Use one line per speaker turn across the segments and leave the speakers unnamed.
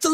The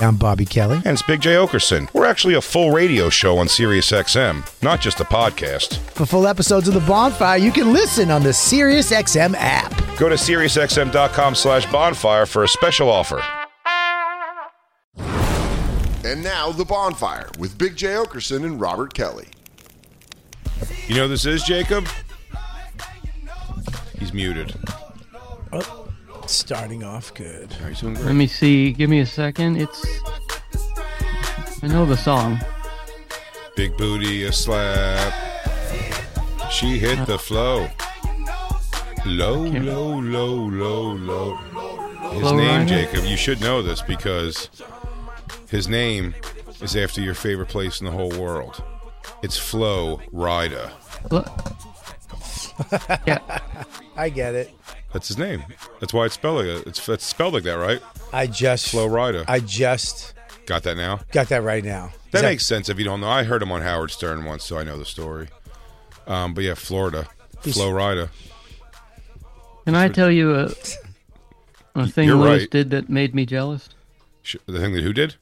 I'm Bobby Kelly.
And it's Big J. Okerson. We're actually a full radio show on SiriusXM, not just a podcast.
For full episodes of The Bonfire, you can listen on the SiriusXM app.
Go to SiriusXM.com slash bonfire for a special offer.
And now The Bonfire with Big J. Okerson and Robert Kelly.
You know who this is, Jacob? He's muted.
Starting off good.
All right, he's doing great.
Let me see. Give me a second. It's. I know the song.
Big booty, a slap. She hit the flow. Low, low, low, low, low. His
Low
name,
rider?
Jacob, you should know this because his name is after your favorite place in the whole world. It's Flo Rida.
Look. yeah.
I get it.
That's his name. That's why it's spelled like it's, it's spelled like that, right?
I just
Flo Rida.
I just
Got that now?
got that right now.
That
Is
makes sense if you don't know. I heard him on Howard Stern once, so I know the story. Um, but yeah, Florida,
He's-
Flo Rida.
Can I tell you a, a thing
You're
Lewis
right.
did that made me jealous?
Sh- The thing that who did?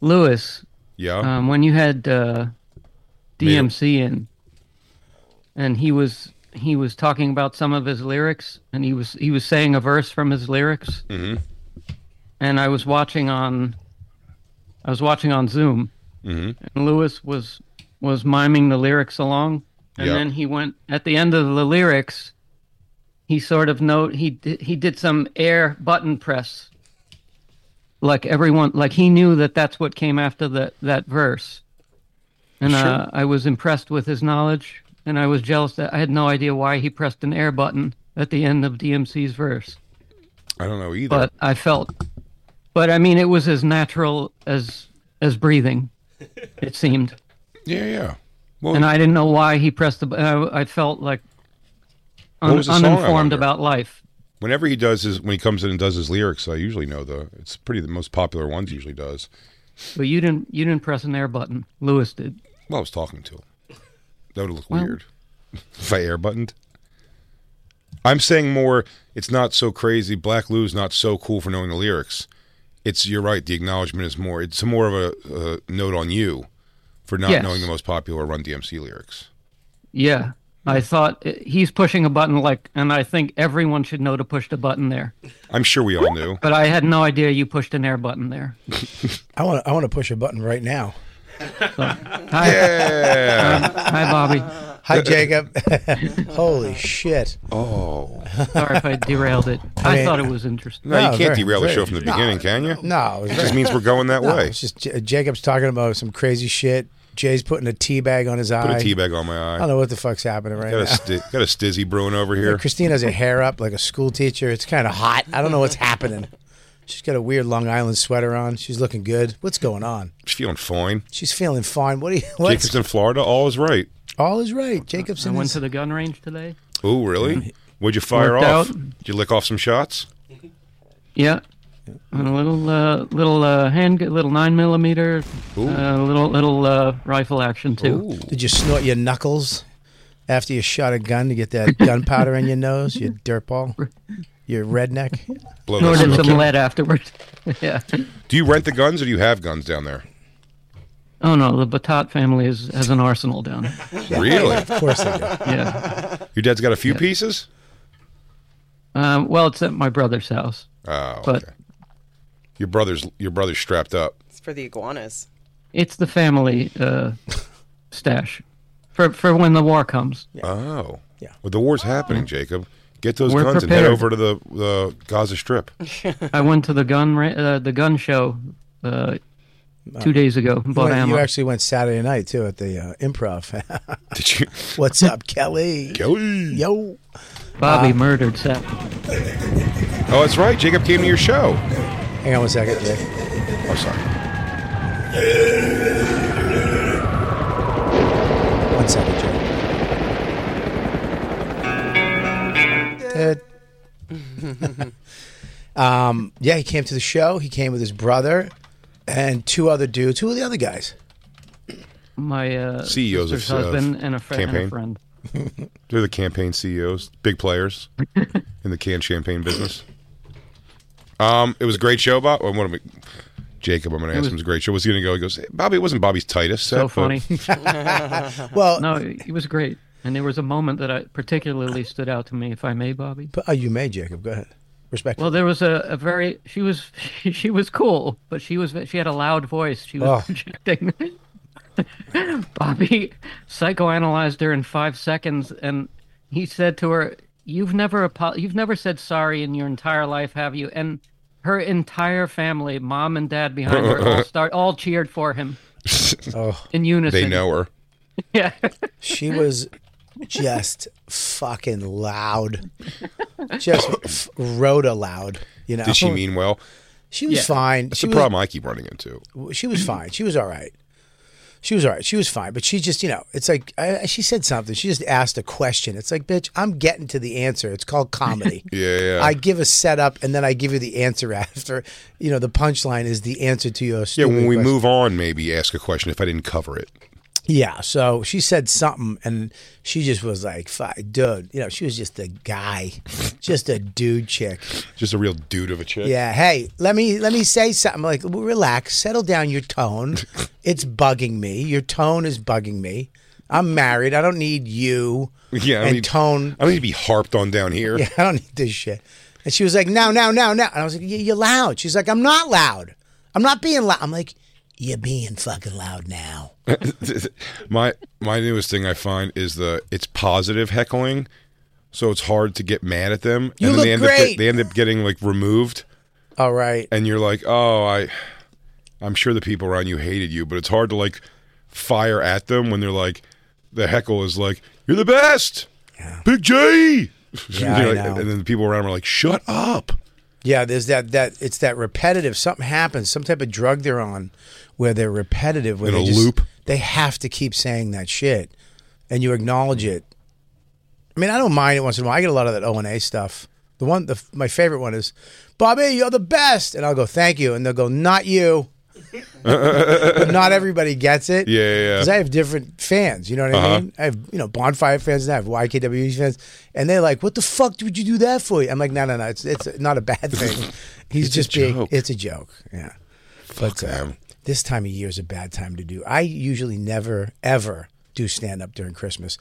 Lewis,
Yeah.
um, when you had uh,
Made him-
DMC in, and he was he was talking about some of his lyrics, and he was he was saying a verse from his lyrics, mm-hmm. and I was watching on, I was watching on Zoom, mm-hmm. and Lewis was was miming the lyrics along, and
Yeah.
then he went at the end of the lyrics, he sort of note he did, he did some air button press. Like everyone, like he knew that that's what came after the, that verse and uh, I was impressed with his knowledge, and I was jealous that I had no idea why he pressed an air button at the end of DMC's verse.
I don't know either.
But I felt, but I mean, it was as natural as as breathing, it seemed,
yeah, yeah. Well,
and I didn't know why he pressed the. bu- I, I felt like
What
un,
was the song, I
uninformed
wonder?
about life.
whenever he does his, when he comes in and does his lyrics, I usually know the. It's pretty the most popular ones he usually does.
But you didn't. You didn't press an air button. Lewis did.
Well, I was talking to him. That would look
Well-
weird if I air buttoned. I'm saying more. It's not so crazy. Black Lou's not so cool for knowing the lyrics. It's you're right. The acknowledgement is more. It's more of a uh, note on you for not
Yes.
knowing the most popular Run DMC lyrics.
Yeah.
Hmm.
I thought eh, he's pushing a button like, and I think everyone should know to push the button there.
I'm sure we all knew.
But I had no idea you pushed an air button there.
I want I want to push a button right now.
Hi, um, hi, Bobby.
Hi, Jacob. Holy shit.
Sorry if I derailed it. I,
mean-
thought it was interesting.
No, you
No,
can't
very-
derail the
very-
show from the beginning, can you?
No, it was
It
very-
just means we're going that
No,
way.
it's just J- Jacob's talking about some crazy shit. Jay's putting a tea bag on his eye.
Put a tea bag on my eye.
I don't know what the fuck's happening right
Got
now.
a, sti- got a stizzy brewing over here.
Christine has her hair up like a school teacher. It's kind of hot. I don't know what's happening. She's got a weird Long Island sweater on. She's looking good. What's going on?
She's feeling fine.
She's feeling fine. What? Are you, what's,
Jacob's in Florida. All is right.
all is right. Jacobson.
I went
is-
to the gun range today.
Oh, really? Would you fire
Worked
off?
out.
Did you lick off some shots?
Yeah, and a little uh, little uh, hand, little nine millimeter, uh, little little uh, rifle action too.
Did you snort your knuckles after you shot a gun to get that gunpowder in your nose? Your dirtball. Your redneck.
Blow
Nor
that
did
smoke.
some lead afterwards. yeah.
Do you rent the guns or do you have guns down there?
Oh no, the Batat family is, has an arsenal down. there.
Really?
Of course they do.
Yeah.
Your dad's got a few pieces?
Um, well, it's at my brother's house,
Oh,
but
okay. Your brother's your brother's strapped up.
It's for the iguanas.
It's the family uh, stash for for when the war comes.
Oh,
Yeah.
Well, the war's happening, Jacob. Get those
We're
guns and head
prepared.
over to the the Gaza Strip.
I went to the gun ra- uh, the gun show uh, two days ago. and
You,
Bought
went-
ammo.
you actually went Saturday night too at the uh, improv.
Did you,
What's up, Kelly?
Kelly?
Yo. Ah.
Bobby murdered Seth.
Oh, that's right. Jacob came to your show.
Hang on one second, Jake.
Oh, sorry.
One second, Jake. Dead. um, yeah, he came to the show. He came with his brother and two other dudes. Who were the other guys?
My uh,
CEOs E of-
sister's husband
of
and a, fri- and
campaign.
a friend.
They're the campaign CEOs, big players in the canned champagne business. Um, it was a great show, Bob. I want to Jacob. I'm going to ask him. It was a great show. What's he going to go? He goes, "Hey, Bobby. It wasn't Bobby's Titus. set,
So
but
funny.
Well,
Uh-huh. no, he was great. And there was a moment that I particularly stood out to me, if I may, Bobby.
but, oh, you may, Jacob. Go ahead. Respect.
Well, there was a, a very she was she, was cool, but she was she had a loud voice. She was
Oh.
projecting. Bobby psychoanalyzed her in five seconds, and he said to her, "You've never apo- you've never said sorry in your entire life, have you?" And her entire family, mom and dad behind her, all start all cheered for him in unison.
Oh. they know her.
Yeah.
she was just fucking loud. Just f- Rhoda loud. You know,
Did she mean well?
She was
Yeah.
fine.
That's
she
the
was
problem I keep running into.
she was fine. She was all right. She was all right. She was fine. But she just, you know, it's like I, I- she said something. She just asked a question. It's like, bitch, I'm getting to the answer. It's called comedy.
Yeah, yeah.
I give a setup and then I give you the answer after. You know, the punchline is the answer to your.
Yeah,
Stupid
when we
question.
move on, maybe ask a question if I didn't cover it.
Yeah. So she said something and she just was like, "Fi- dude, you know, she was just a guy, just a dude chick.
Just a real dude of a chick.
Yeah. Hey, let me let me say something. Like, well, relax, settle down. Your tone, it's bugging me. Your tone is bugging me. I'm married. I don't need you.
Yeah, I
and
mean-
tone.
I don't need to be harped on down here.
Yeah, I don't need this shit. And she was like, no, no, no, no. And I was like, "Y- you're loud. She's like, I'm not loud. I'm not being loud. I'm like, you're being fucking loud now.
my my newest thing I find is the it's positive heckling, so it's hard to get mad at them.
You
and then
look
they end up
great.
get, they end up getting like removed,
All right.
and you're like, oh, I, I'm sure the people around you hated you, but it's hard to like fire at them when they're like, the heckle is like, you're the best, Big J.
Yeah, I
You're like-
know.
And then the people around them are like, shut up.
Yeah, there's that that it's that repetitive. Something happens, some type of drug they're on, where they're repetitive. Where
In
they
a
just-
loop.
They have to keep saying that shit, and you acknowledge it. I mean, I don't mind it once in a while. I get a lot of that O and A stuff. The one, the my favorite one is, Bobby, you're the best, and I'll go, thank you, and they'll go, not you. but not everybody gets it.
Yeah, yeah, yeah. Uh-huh.
Because I have different fans. You know what I mean? I have you know bonfire fans, and I have YKWd E fans, and they're like, "What the fuck did you do that for?" I'm like, "No, no, no. It's it's not a bad thing. He's
It's a
just being.
joke.
It's a joke. Yeah. but uh,
them.
this time of year is a bad time to do. I usually never ever do stand up during Christmas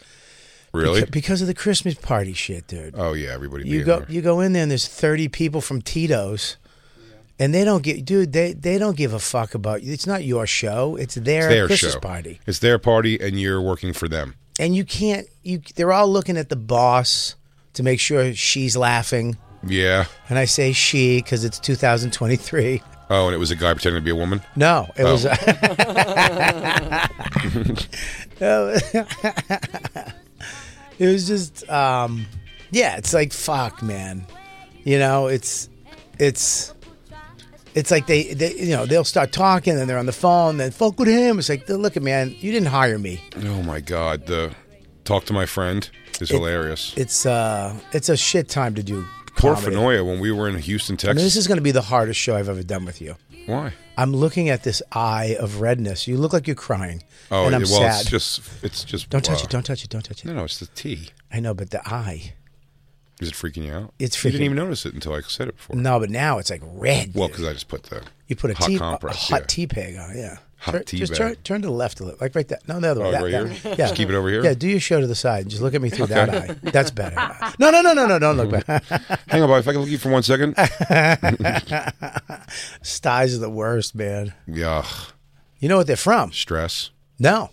Really?
Beca- because of the Christmas party shit, dude.
oh yeah, everybody.
You
being
go
there.
you go in there and there's 30 people from Tito's and they don't get dude they they don't give a fuck about you. It's not your show. It's their,
It's their
Christmas
show.
party.
It's their party, and you're working for them.
And you can't you they're all looking at the boss to make sure she's laughing.
Yeah.
And I say she cuz it's 2023.
Oh, and it was a guy pretending to be a woman.
No, it was
Oh.
No, uh, It was just um yeah, it's like fuck, man. You know, it's it's it's like they, they you know, they'll start talking and they're on the phone, then fuck with him. It's like look at man, you didn't hire me.
Oh my god, the talk to my friend is hilarious.
It's uh it's a shit time to do comedy. I mean,
Porfanoia when we were in Houston, Texas.
this is gonna be the hardest show I've ever done with you.
Why?
I'm looking at this eye of redness. You look like you're crying.
Oh,
and I'm
yeah, well,
sad.
it's just it's just.
don't touch
wow.
it, don't touch it, don't touch it.
No, no, it's the tea.
I know, but the eye.
Is it freaking you out?
It's
You
freaking-
didn't even notice it until I said it before.
No, but now it's like red.
Well,
dude.
because I just put the
You put a
hot
tea, a
compress.
hot
yeah.
tea peg on. it, Yeah.
Hot
Turn,
tea
just
bag.
turn, turn to the left a little, like right there. No, the other
Oh,
way. That,
right
that-
here?
Yeah.
Just keep it over here?
Yeah, do your show to the side and just look at me through that eye. That's better. No, no, no, no, no, don't look back.
Hang on, boy. If I can look at you for one second.
Styes are the worst, man.
yeah.
You know what they're from?
Stress.
No,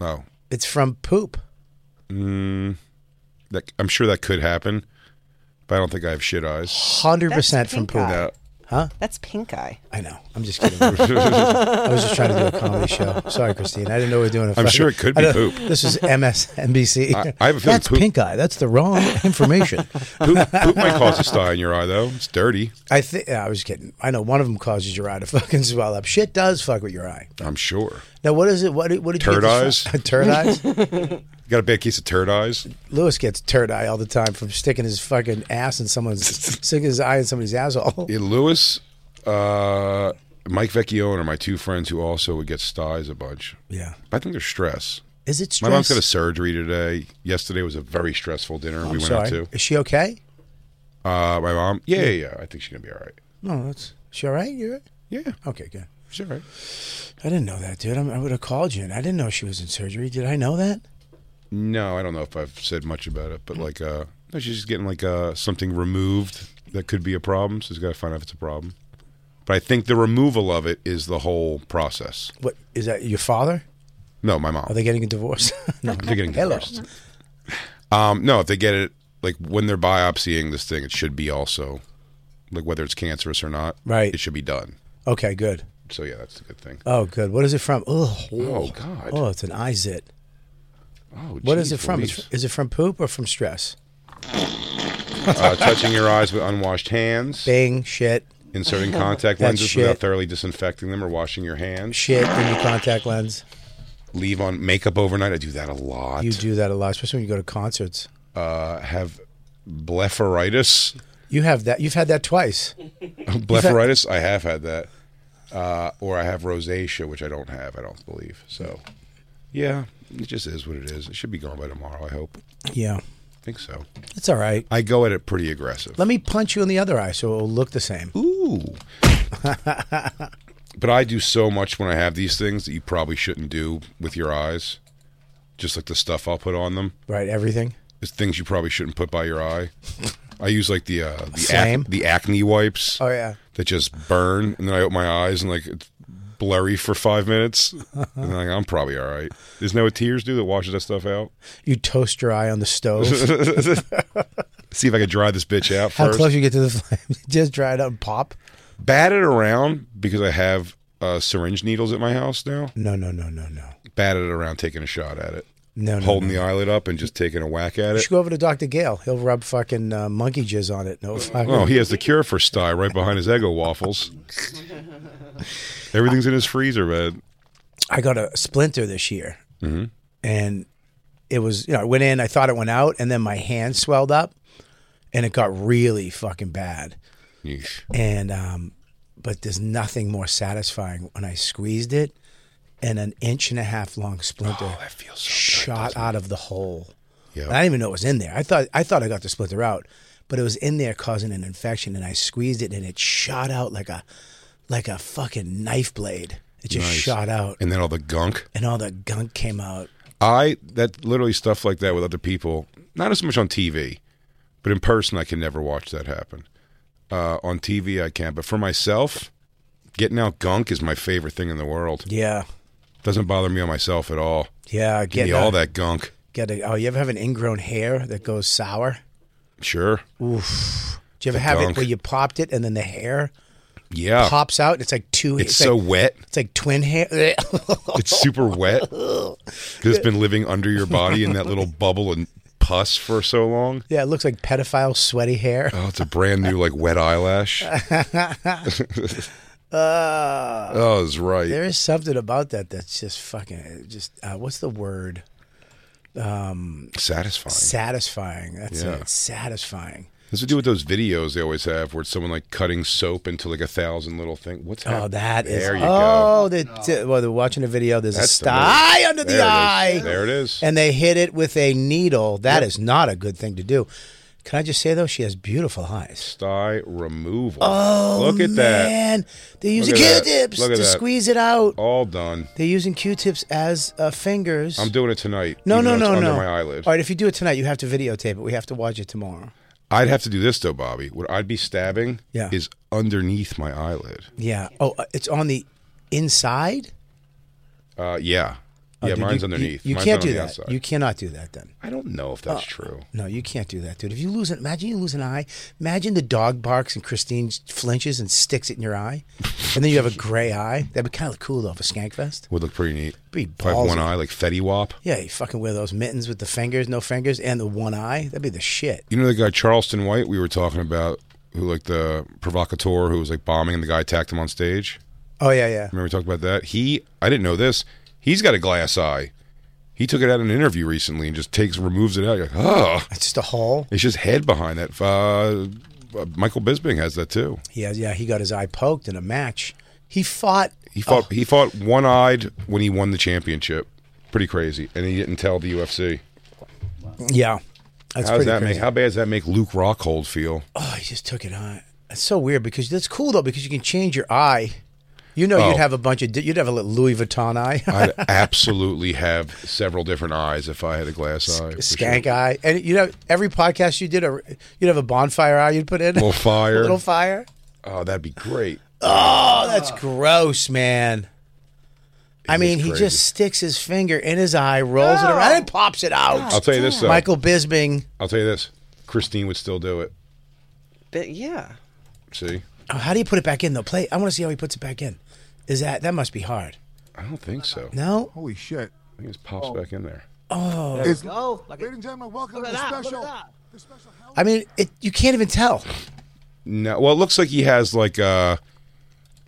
Oh,
it's from poop.
that, I'm sure that could happen, but I don't think I have shit eyes.
Hundred percent
That's
from poop.
pink eye.
No.
That's pink eye.
I know. I'm just kidding. I was just trying to do a comedy show. Sorry, Christine. I didn't know we were doing a.
I'm sure it could
I
be
don't-
poop.
This is MSNBC.
I- I have a feeling
That's
poop-
pink eye. That's the wrong information.
poop, poop might cause a sty in your eye, though. It's dirty.
I think I was kidding. I know one of them causes your eye to fucking swell up. Shit does fuck with your eye.
I'm sure.
Now what is it? What did, what did you
Turd
get
eyes?
this from? turd eyes.
You got a bad case of turd eyes?
Lewis gets turd eye all the time from sticking his fucking ass in someone's sticking his eye in somebody's asshole.
Yeah, Lewis, uh, Mike Vecchione are my two friends who also would get styes a bunch.
Yeah.
But I think they're stress.
Is it
My
stress?
mom's got a surgery today. Yesterday was a very stressful dinner we
I'm
went
sorry.
out to.
Is she okay?
Uh, my mom, yeah, yeah, yeah. I think she's gonna be all right.
No, that's is she all right. You're right?
Yeah,
okay. Good.
she's all right.
I didn't know that, dude. I'm, I would have called you, and I didn't know she was in surgery. Did I know that?
No, I don't know if I've said much about it, but like, uh, no, she's just getting like uh, something removed that could be a problem. So she's got to find out if it's a problem. But I think the removal of it is the whole process.
What is that? Your father?
No, my mom.
Are they getting a divorce? no,
They're getting
Hello.
divorced. Um, no, if they get it, like when they're biopsying this thing, it should be also, like whether it's cancerous or not,
Right.
It should be done.
Okay, good.
So yeah, that's a good thing.
Oh, good. What is it from? Oh,
Oh, God.
Oh, it's an eye zit.
Oh,
What is
geez
it from? It's-
Louise.
Is it from poop or from stress?
uh, touching your eyes with unwashed hands,
Bang, shit,
inserting contact
That's
lenses without
shit.
thoroughly disinfecting them or washing your hands,
shit in your contact lens.
leave on makeup overnight. I do that a lot.
You do that a lot, especially when you go to concerts.
uh, have blepharitis.
You have that. You've had that twice.
blepharitis. I have had that, uh, or I have rosacea, which I don't have. I don't believe so. Yeah, it just is what it is. It should be gone by tomorrow. I hope.
Yeah,
I think so.
it's all right.
I go at it pretty aggressive.
Let me punch you in the other eye so it'll look the same.
Ooh. but I do so much when I have these things that you probably shouldn't do with your eyes. Just like the stuff I'll put on them.
Right, everything.
It's things you probably shouldn't put by your eye. I use like the uh, the,
Same.
ac- the acne wipes
Oh yeah.
that just burn, and then I open my eyes and like it's blurry for five minutes, and then like, I'm probably all right. Isn't that what tears do that washes that stuff out?
You toast your eye on the stove.
See if I can dry this bitch out
How
first.
close you get to the flame? Just dry it up and pop.
Bat it around because I have uh, syringe needles at my house now.
No, no, no, no, no,
batted it around, taking a shot at it,
no, no.
holding
no.
the eyelid up and just taking a whack at
You
it.
should go over to Doctor Gale. He'll rub fucking uh, monkey jizz on it. No, fucking-
Oh, he has the cure for sty right behind his Eggo waffles. Everything's in his freezer, man.
I got a splinter this year,
Mm-hmm.
and it was you know I went in, I thought it went out, and then my hand swelled up, and it got really fucking bad.
Yeesh.
And um, but there's nothing more satisfying when I squeezed it, and an inch and a half long splinter
Oh, That feels so good.
shot out of the hole.
Yeah.
And I didn't even know it was in there. I thought I thought I got the splinter out, but it was in there causing an infection, and I squeezed it, and it shot out like a like a fucking knife blade. It just
Nice.
shot out
And then all the gunk.
and all the gunk came out.
I that literally stuff like that with other people. Not as much on TV, but in person, I can never watch that happen. Uh, on TV, I can't. But for myself, getting out gunk is my favorite thing in the world.
Yeah,
Doesn't bother me on myself at all.
yeah. Get
Give me all that gunk.
Get a, oh, you ever have an ingrown hair that goes sour?
Sure.
Do you ever
The
have
gunk.
it where you popped it and then the hair
Yeah.
pops out? And it's like two.
it's, so
like,
wet.
It's like twin hair.
It's super wet because it's been living under your body in that little bubble and pus for so long.
yeah, it looks like pedophile sweaty hair.
Oh, it's a brand new like wet eyelash.
Uh,
Oh, it's right.
there is something about that that's just fucking just. Uh, what's the word?
Satisfying.
Satisfying. That's
Yeah.
it. Satisfying.
This would do with those videos they always have where it's someone like cutting soap into like a thousand little things. What's happening?
Oh, that is.
There you
oh, the, well, they're watching a video. There's
That's
a
the
star
move.
eye under
go.
the eye.
There it is. There it is.
and they hit it with a needle. That is not a good thing to do. Can I just say though, she has beautiful eyes.
Sty removal.
Oh,
look at that!
man. They're using
at that.
Q-tips
Look
to
at that. Oh.
squeeze it out.
All done.
They're using Q-tips as uh, fingers.
I'm doing it tonight.
no,
even
no,
though
no,
it's
no.
Under my eyelid.
All right, if you do it tonight, you have to videotape it. We have to watch it tomorrow.
I'd have to do this though, Bobby. What I'd be stabbing
Yeah.
is underneath my eyelid.
Yeah. Oh, uh, it's on the inside.
Uh, yeah,
Oh,
yeah.
dude,
mine's
you, you-
underneath.
You,
mine's
can't
not on
do
the
that.
outside.
You Oh. cannot do that. Then.
I don't know if that's true.
No, you can't do that, dude. If you lose it, imagine you lose an eye. Imagine the dog barks and Christine flinches and sticks it in your eye, and then you have a gray eye. That'd be kind of cool though for Skankfest.
Would look pretty neat.
Be
if I have one
ballsy.
eye like Fetty Wap.
Yeah, you fucking wear those mittens with the fingers, no fingers, and the one eye. That'd be the shit.
You know the guy Charleston White we were talking about, who like the provocateur who was like bombing and the guy attacked him on stage.
Oh yeah, yeah.
Remember we talked about that? He I didn't know this. He's got a glass eye. He took it out in an interview recently and just takes removes it out. You're like, oh,
It's just a hole.
it's just head behind that. Uh, Michael Bisping has that too.
Yeah, yeah. He got his eye poked in a match. He fought.
He fought he fought one eyed when he won the championship. Pretty crazy, and he didn't tell the UFC.
Yeah, that's
How
pretty
does that
crazy.
make? How bad does that make Luke Rockhold feel?
Oh, he just took it on. That's so weird because that's cool though because you can change your eye. You know,
Oh.
you'd have a bunch of di- you'd have a little Louis Vuitton eye,
I'd absolutely have several different eyes if I had a glass eye. for sure.
skank eye, and you know every podcast you did, a, you'd have a bonfire eye you'd put in
Little fire.
little fire.
Oh, that'd be great.
Oh, that's gross, man. I
is
mean, he
crazy.
just sticks his finger in his eye, rolls it around, and pops it out.
I'll tell you this though.
Oh, Michael Bisbing.
I'll tell you this. Christine would still do it.
But yeah.
See,
Oh, how do you put it back in though? Play. I want to see how he puts it back in. Is that that must be hard?
I don't think so.
No.
Holy shit.
I think it just pops back in there.
It's, go. Ladies and gentlemen, welcome to the special. The special Halloween-
I mean, it, you can't even tell.
No. Well, it looks like he has like uh,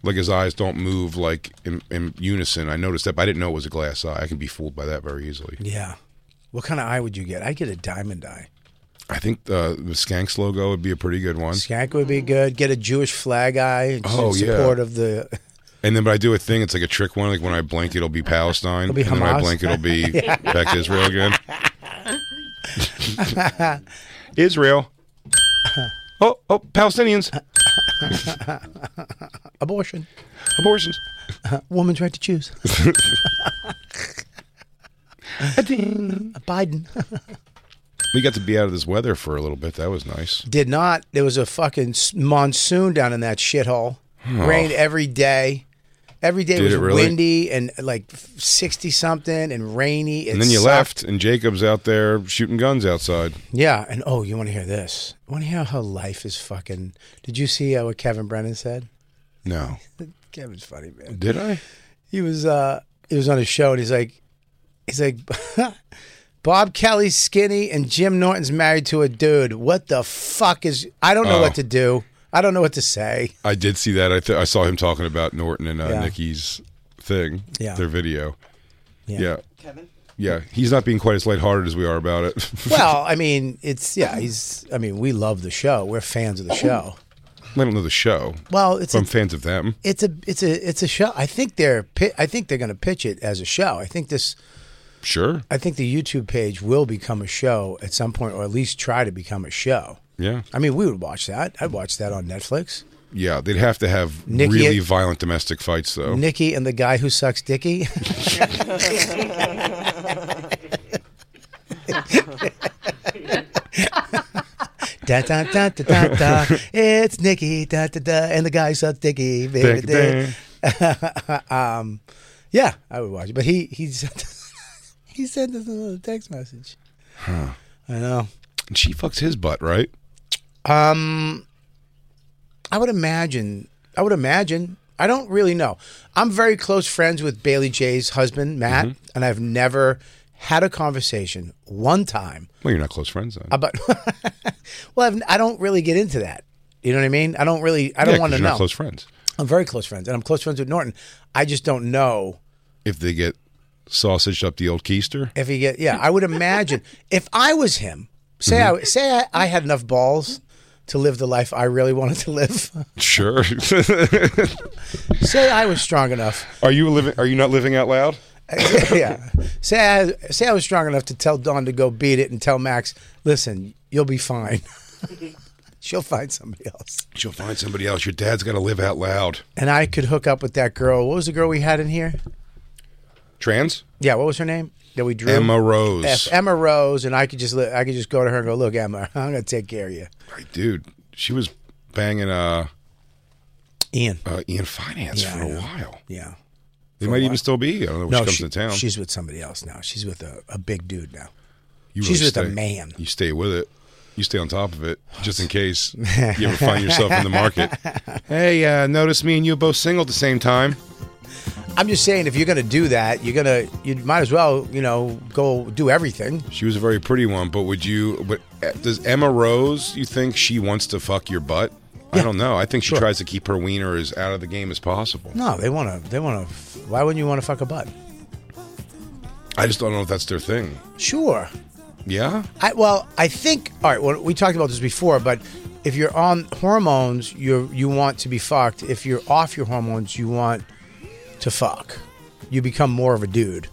like his eyes don't move like in, in unison. I noticed that, but I didn't know it was a glass eye. I can be fooled by that very easily.
Yeah. What kind of eye would you get? I'd get a diamond eye.
I think uh, the Skanks logo would be a pretty good one.
Skank would be good. Get a Jewish flag eye in
Oh, yeah.
support of the.
And then, but I do a thing. It's like a trick one. Like when I blink, it'll be Palestine.
It'll be
and then when I
Hamas.
blink, it'll be back to Israel again. Israel. Oh, oh, Palestinians.
Abortion.
Abortions.
Woman's right to choose. Biden.
We got to be out of this weather for a little bit. That was nice.
Did not. There was a fucking s- monsoon down in that shithole. Rain every day. Every day
Did
was
it really?
windy and like 60 something and rainy. It
And then you
sucked.
left, and Jacob's out there shooting guns outside.
Yeah. And oh, you want to hear this? Want to hear how life is fucking. Did you see uh, what Kevin Brennan said?
No.
Kevin's funny, man.
Did I?
he was uh he was on a show and he's like he's like Bob Kelly's skinny and Jim Norton's married to a dude. What the fuck is I don't know
Oh.
what to do. I don't know what to say.
I did see that. I, th- I saw him talking about Norton and uh,
Yeah.
Nikki's thing,
Yeah.
their video.
Yeah.
yeah.
Kevin?
Yeah. He's not being quite as lighthearted as we are about it.
Well, I mean, it's yeah, he's I mean, we love the show. We're fans of the show.
I don't know the show.
Well, it's
But I'm
a,
fans of them.
it's a it's a it's a show. I think they're pi- I think they're going to pitch it as a show. I think this
Sure.
I think the YouTube page will become a show at some point or at least try to become a show.
Yeah.
I mean, we would watch that. I'd watch that on Netflix.
Yeah. They'd have to have
Nikki-
really violent domestic fights, though.
Nikki and the guy who sucks Dicky. da, da, da, da, da, da. It's Nikki da, da, da, and the guy who sucks Dicky. Baby,
Dick,
da.
dang.
Yeah, I would watch it. But he he sent, he sent us a little text message. I know.
And she fucks his butt, right?
I would imagine. I would imagine. I don't really know. I'm very close friends with Bailey J's husband, Matt,
Mm-hmm.
and I've never had a conversation one time
Well, you're not close friends then.
about. well, I've, I don't really get into that. You know what I mean? I don't really. I don't
Yeah, 'cause
want to
you're
know.
Not close friends.
I'm very close friends, and I'm close friends with Norton. I just don't know
If they get sausaged up the old keister,
if he get. Yeah, I would imagine if I was him. Say
Mm-hmm.
I say I, I had enough balls to live the life I really wanted to live.
sure.
say I was strong enough.
are you living? Are you not living out loud?
yeah. Say I, say I was strong enough to tell Dawn to go beat it and tell Max, listen, you'll be fine. She'll find somebody else.
She'll find somebody else. Your dad's got to live out loud.
And I could hook up with that girl. What was the girl we had in here?
Trans?
Yeah, what was her name? That we drew
Emma Rose.
F- Emma Rose, and I could just li- I could just go to her and go, look, Emma, I'm gonna take care of you.
Right, dude, she was banging uh,
Ian.
uh Ian Finance for
I
a
know.
while.
Yeah.
They might even still be. I don't know when she comes to town.
she's with somebody else now. She's with a, a big dude now.
You
she's with a
stay-
man.
You stay with it. You stay on top of it, just in case you ever find yourself in the market. Hey, uh, notice me and you both single at the same time.
I'm just saying, if you're gonna do that, you're gonna you might as well you know go do everything.
She was a very pretty one, but would you? But uh, does Emma Rose? You think she wants to fuck your butt? I don't know. I think she tries to keep her wiener as out of the game as possible.
No, they wanna they wanna. Why wouldn't you want to fuck a butt?
I just don't know if that's their thing.
Sure.
Yeah,
I well, I think all right. Well, we talked about this before, but if you're on hormones, you you want to be fucked. If you're off your hormones, you want to fuck. You become more of a dude.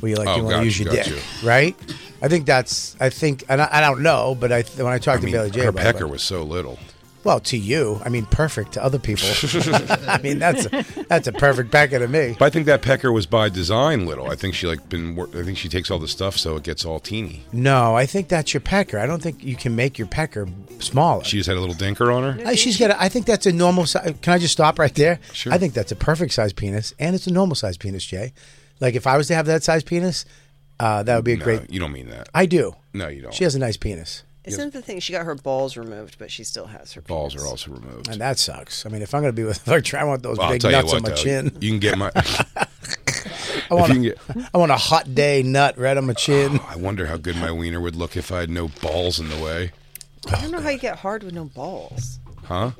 Where you like
Oh,
you want
got
to use
you,
your
got
dick,
you.
right? I think that's. I think, and I, I don't know, but I when I talked
I
to
mean,
Bailey J,
her
about it,
pecker
but-
was so little.
well to you. I mean, perfect to other people. I mean, that's a, that's a perfect pecker to me.
But I think that pecker was by design little. I think she like been. wor- I think she takes all the stuff so it gets all teeny.
No, I think that's your pecker. I don't think you can make your pecker smaller.
She just had a little dinker on her.
Uh, she's got. A, I think that's a normal size. Can I just stop right there?
Sure.
I think that's a perfect size penis, and it's a normal size penis, Jay. Like if I was to have that size penis, uh, that would be a
No,
great.
you don't mean that.
I do.
No, you don't.
She has a nice penis,
Isn't the thing she got her balls removed, but she still has her
balls
penis.
are also removed.
and that sucks. I mean, if I'm going to be with her, I want those
Well, I'll
big
tell you
nuts
what,
on my
though,
chin.
you can get my.
I want.
you
A, I want a hot day nut right on my chin.
I wonder how good my wiener would look if I had no balls in the way,
I don't know how you get hard with no balls.
huh?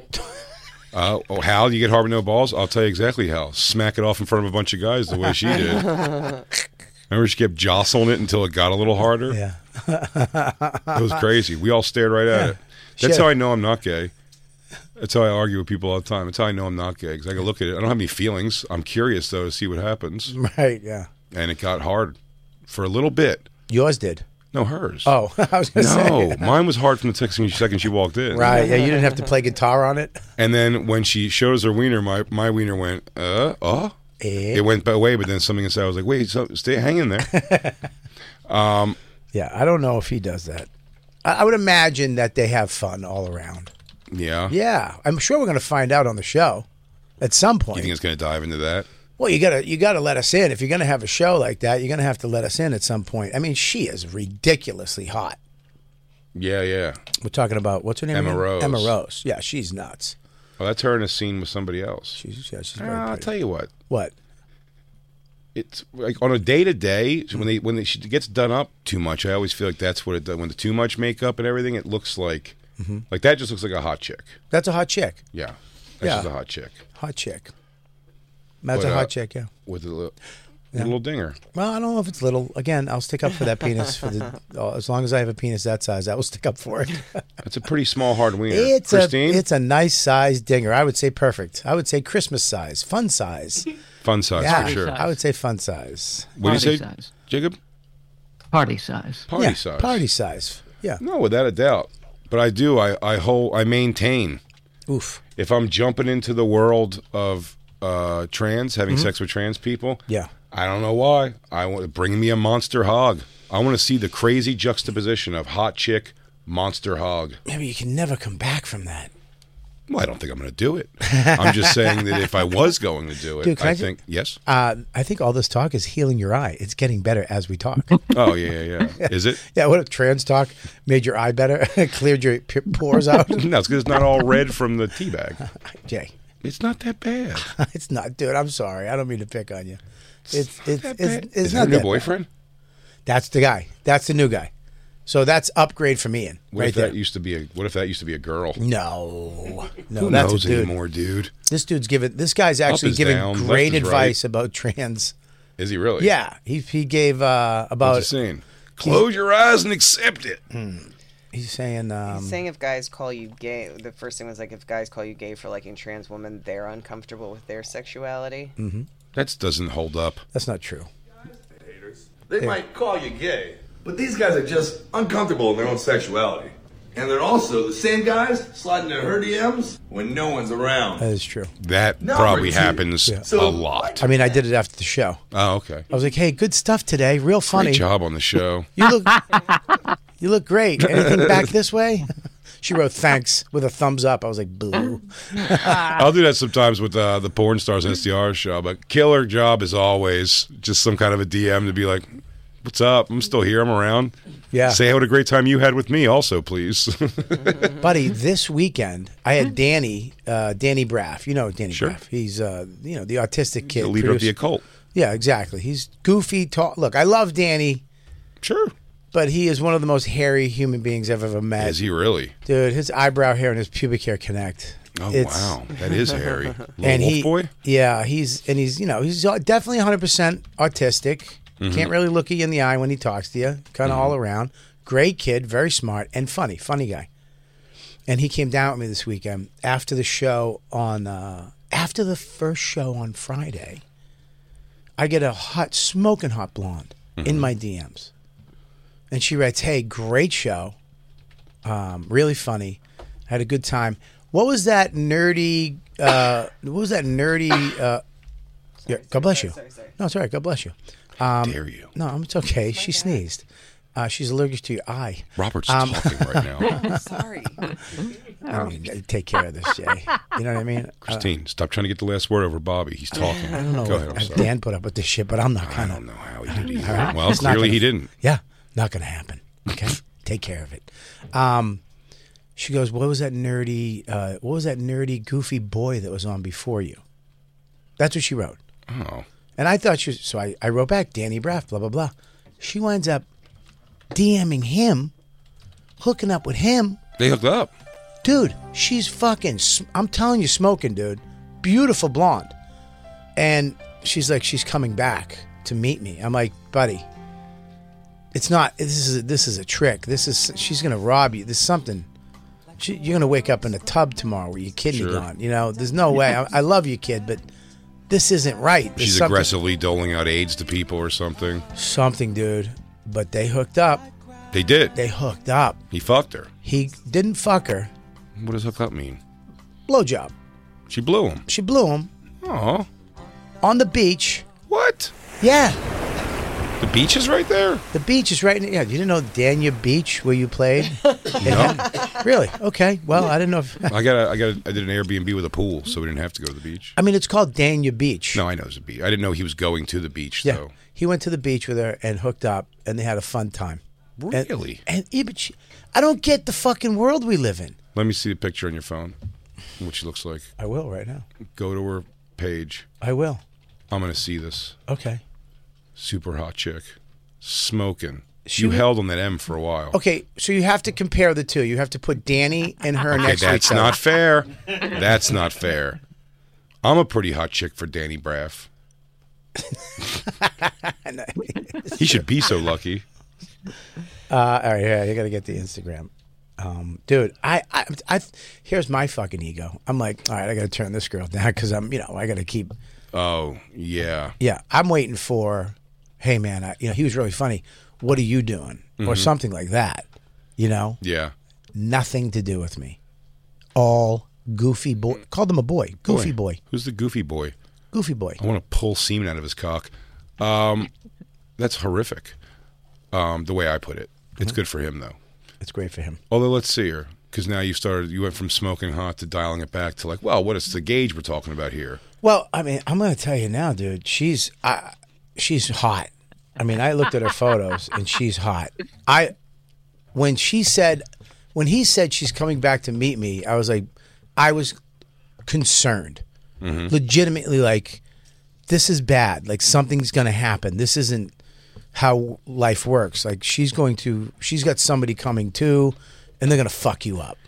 Uh, oh, Hal, you get hard with no balls? I'll tell you exactly how. Smack it off in front of a bunch of guys the way she did. Remember, she kept jostling it until it got a little harder.
Yeah.
It was crazy. We all stared right at it. That's
Uh, Shit.
how I know I'm not gay. That's how I argue with people all the time. That's how I know I'm not gay because I can look at it. I don't have any feelings. I'm curious though to see what happens.
Right. Yeah.
And it got hard for a little bit.
Yours did.
No, hers.
Oh, I was going to
no,
say.
mine was hard from the text when she- second she walked in.
Right. Yeah. You didn't have to play guitar on it.
And then when she shows her wiener, my my wiener went uh oh.
Eh?
It went away, but then something inside was like, "Wait, so, stay, hang in there."
Yeah. I don't know if he does that. I, I would imagine that they have fun all around.
yeah,
Yeah, I'm sure we're going to find out on the show at some
You
point.
think it's gonna dive into that?
well, you gotta you gotta let us in if you're going to have a show like that. You're going to have to let us in at some point. I mean, she is ridiculously hot.
Yeah, yeah.
We're talking about what's her name?
Emma
again?
Rose.
Emma Rose. Yeah, she's nuts.
Oh, that's her in a scene with somebody else.
She's yeah, she's
Uh,
very
I'll
pretty.
tell you what.
what?
it's like on a day to day when they when they, she gets done up too much. I always feel like that's what it does. When the too much makeup and everything, it looks like
Mm-hmm.
like that just looks like a hot chick.
That's a hot chick.
Yeah, that's
Yeah.
just a hot chick
Hot chick. That's
But,
a
uh,
hot chick. Yeah.
with a little, little dinger.
Well, I don't know if it's little. Again, I'll stick up for that penis for the oh, as long as I have a penis that size, I will stick up for it.
That's a pretty small hard wiener.
It's
Christine,
a it's a nice size dinger. I would say perfect. I would say Christmas size, fun size.
fun size
yeah,
for sure.
I would say fun size.
What do you
Party
say,
size.
Jacob?
Party size.
Party
yeah,
size.
Party size. Yeah.
No, without a doubt. But I do. I I hold. I maintain.
Oof.
If I'm jumping into the world of uh, trans, having sex with trans people,
Mm-hmm. Yeah.
I don't know why. I want bring me a monster hog. I want to see the crazy juxtaposition of hot chick, monster hog.
Maybe you can never come back from that.
Well, I don't think I'm going to do it. I'm just saying that if I was going to do it,
Dude, can
I,
I ju-
think yes.
Uh, I think all this talk is healing your eye. It's getting better as we talk.
Oh yeah, yeah, yeah. Is it?
yeah, what if trans talk made your eye better, cleared your p- pores out?
No, it's because it's not all red from the tea bag.
Jay,
It's not that bad.
it's not, dude. I'm sorry. I don't mean to pick on you. It's it's
That
it's,
bad.
it's
Is that
not
a new
that bad.
boyfriend?
That's the guy. That's the new guy. So that's upgrade from Ian
What
right
if that
there.
used to be a What if that used to be a girl?
no, no,
Who
that's
knows
a dude.
anymore, dude?
This dude's giving. This guy's actually
is
giving
down, left
great
is right.
advice about trans.
Is he really?
Yeah, he he gave uh, about
What's he saying? Close your eyes and accept it.
He's saying, um,
Saying if guys call you gay, the first thing was like if guys call you gay for liking trans women, they're uncomfortable with their sexuality.
That doesn't hold up.
that's not true.
They might call you gay, but these guys are just uncomfortable in their own sexuality. And they're also the same guys sliding into her DMs when no one's around.
That is true.
That Number probably two. happens yeah. so, a lot.
I mean, I did it after the show.
Oh, okay.
I was like, "Hey, good stuff today. Real funny.
Great job on the show.
you look, you look great. Anything back this way?" She wrote thanks with a thumbs up. I was like, boo.
I'll do that sometimes with uh, the porn stars SDR show, but killer job is always just some kind of a DM to be like, what's up? I'm still here. I'm around.
Yeah.
Say what a great time you had with me, also, please.
Buddy, this weekend I had Danny, uh, Danny Braff. You know Danny sure. Braff. He's uh, you know the autistic kid,
the leader produced. of the occult.
Yeah, exactly. He's goofy. Talk. Look, I love Danny.
Sure
but he is one of the most hairy human beings I've ever met.
Is he really?
Dude, his eyebrow hair and his pubic hair connect.
Oh it's, wow, that is hairy. Little and he, boy?
yeah, he's and he's you know he's definitely 100 percent autistic. Mm-hmm. Can't really look you in the eye when he talks to you. Kind of mm-hmm. all around. Great kid, very smart and funny, funny guy. And he came down with me this weekend after the show on uh, after the first show on Friday. I get a hot, smoking hot blonde mm-hmm. in my DMs and she writes, "Hey, great show, um, really funny, had a good time. What was that nerdy? Uh, what was that nerdy? Uh, sorry, yeah, God bless sorry, you. Sorry, sorry, No, it's all right. God bless you.
Um, dare you?
No, it's okay. It's she bad. sneezed. Uh, she's allergic to your eye.
Robert's um, talking right now.
sorry.
I mean, take care of this, Jay. You know what I mean?
Christine, uh, stop trying to get the last word over Bobby. He's talking.
I don't know.
Go what, ahead,
Dan put up with this shit, but I'm not
gonna. I don't know how he did. Either. Right? Well, it's clearly
gonna,
he didn't.
Yeah not going to happen. Okay, take care of it. Um, she goes, "What was that nerdy? Uh, what was that nerdy, goofy boy that was on before you?" That's what she wrote.
Oh,
and I thought she. Was, so I, I wrote back, Danny Braff, blah blah blah. She winds up DMing him, hooking up with him.
They hooked up,
dude. She's fucking. I'm telling you, smoking, dude. Beautiful blonde, and she's like, she's coming back to meet me. I'm like, buddy, it's not this is a, this is a trick this is she's gonna rob you there's something she, you're gonna wake up in a tub tomorrow with your kidney sure. gone you know there's no way I, I, love you kid but this isn't right there's
she's aggressively doling out aids to people or something
something dude but they hooked up
they did
they hooked up
he fucked her
he didn't fuck her
what does hook up mean
blow job
she blew him
she blew him
oh
on the beach
what
yeah
the beach is right there.
The beach is right. In, yeah, you didn't know Dania Beach where you played. no, had, really? Okay. Well, I didn't know. If,
I got. A, I got. A, I did an Airbnb with a pool, so we didn't have to go to the beach.
I mean, it's called Dania Beach.
No, I know it's a beach. I didn't know he was going to the beach. Yeah, though.
he went to the beach with her and hooked up, and they had a fun time.
Really?
And, and yeah, but she, I don't get the fucking world we live in.
Let me see the picture on your phone, what she looks like.
I will right now.
Go to her page.
I will.
I'm gonna see this.
Okay
super hot chick, smoking. She you was, held on that M for a while.
Okay, so you have to compare the two. You have to put Danny and her okay, next.
That's not fair. That's not fair. I'm a pretty hot chick for Danny Braff. he should be so lucky.
Uh, all right, yeah, you got to get the Instagram, um, dude. I, I, I, here's my fucking ego. I'm like, all right, I got to turn this girl down because I'm, you know, I got to keep.
Oh yeah.
Yeah, I'm waiting for hey man, I, you know, he was really funny. What are you doing? Mm-hmm. Or something like that. You know?
Yeah.
Nothing to do with me. All goofy boy. Call them a boy. Goofy boy. boy.
Who's the goofy boy?
Goofy boy.
I want to pull semen out of his cock. Um, that's horrific. Um, the way I put it. It's mm-hmm. good for him though.
It's great for him.
Although let's see her. Because now you started, you went from smoking hot to dialing it back to like, well, what is the gauge we're talking about here?
Well, I mean, I'm going to tell you now, dude. She's uh, she's hot. I mean, I looked at her photos and she's hot. I when she said when he said she's coming back to meet me, I was like I was concerned. Mm-hmm. Legitimately like this is bad. Like something's going to happen. This isn't how life works. Like she's going to she's got somebody coming too and they're going to fuck you up.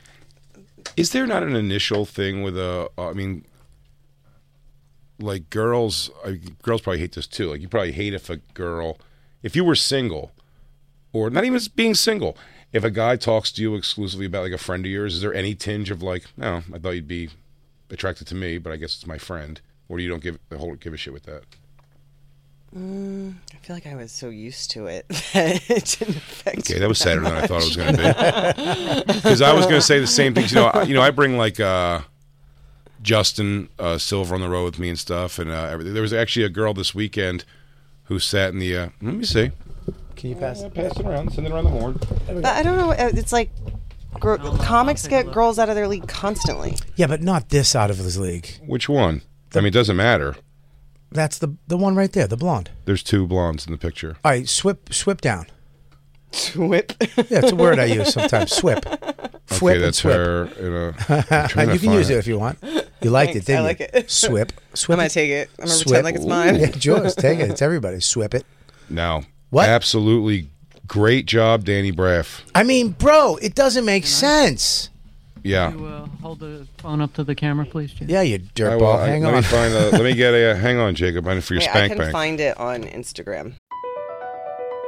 Is there not an initial thing with a uh, I mean like girls uh, girls probably hate this too like you probably hate if a girl if you were single or not even being single if a guy talks to you exclusively about like a friend of yours is there any tinge of like no oh, i thought you'd be attracted to me but i guess it's my friend or you don't give a whole give a shit with that
Mm, I feel like I was so used to it that it didn't affect.
Okay, that was sadder than I thought it was going to be. Because I was going to say the same things. You know, I, you know, I bring like uh, Justin uh, Silver on the road with me and stuff, and uh, everything. There was actually a girl this weekend who sat in the. Uh, let me see.
Can you pass?
Yeah, pass it around. Send it around the horn.
I don't know. uh, It's like gr- comics get girls out of their league constantly.
Yeah, but not this out of this league.
Which one? I mean, it doesn't matter.
That's the the one right there, the blonde.
There's two blondes in the picture.
All right, swip, swip down.
Swip.
Yeah, it's a word I use sometimes. Swip. Flip
okay,
and
that's
swip. Uh,
her. uh, In a, I'm trying to
you can
find
use it if you want. You liked it, didn't
Thanks, I
you?
like it.
Swip. Swip.
I'm gonna
it.
take it. I'm gonna
Swip.
pretend like it's mine.
Yeah, George, take it. It's everybody. Swip it.
No.
What?
Absolutely great job, Danny Braff.
I mean, bro, it doesn't make sense.
Yeah.
You, uh, hold the phone up to the camera, please, Jim.
Yeah, you
I
dirtball.
will- I-
Hang
let
on.
Me find a, let me get a. Hang on, Jacob. I need for your
Wait, I
spank
can
bank.
find it on Instagram.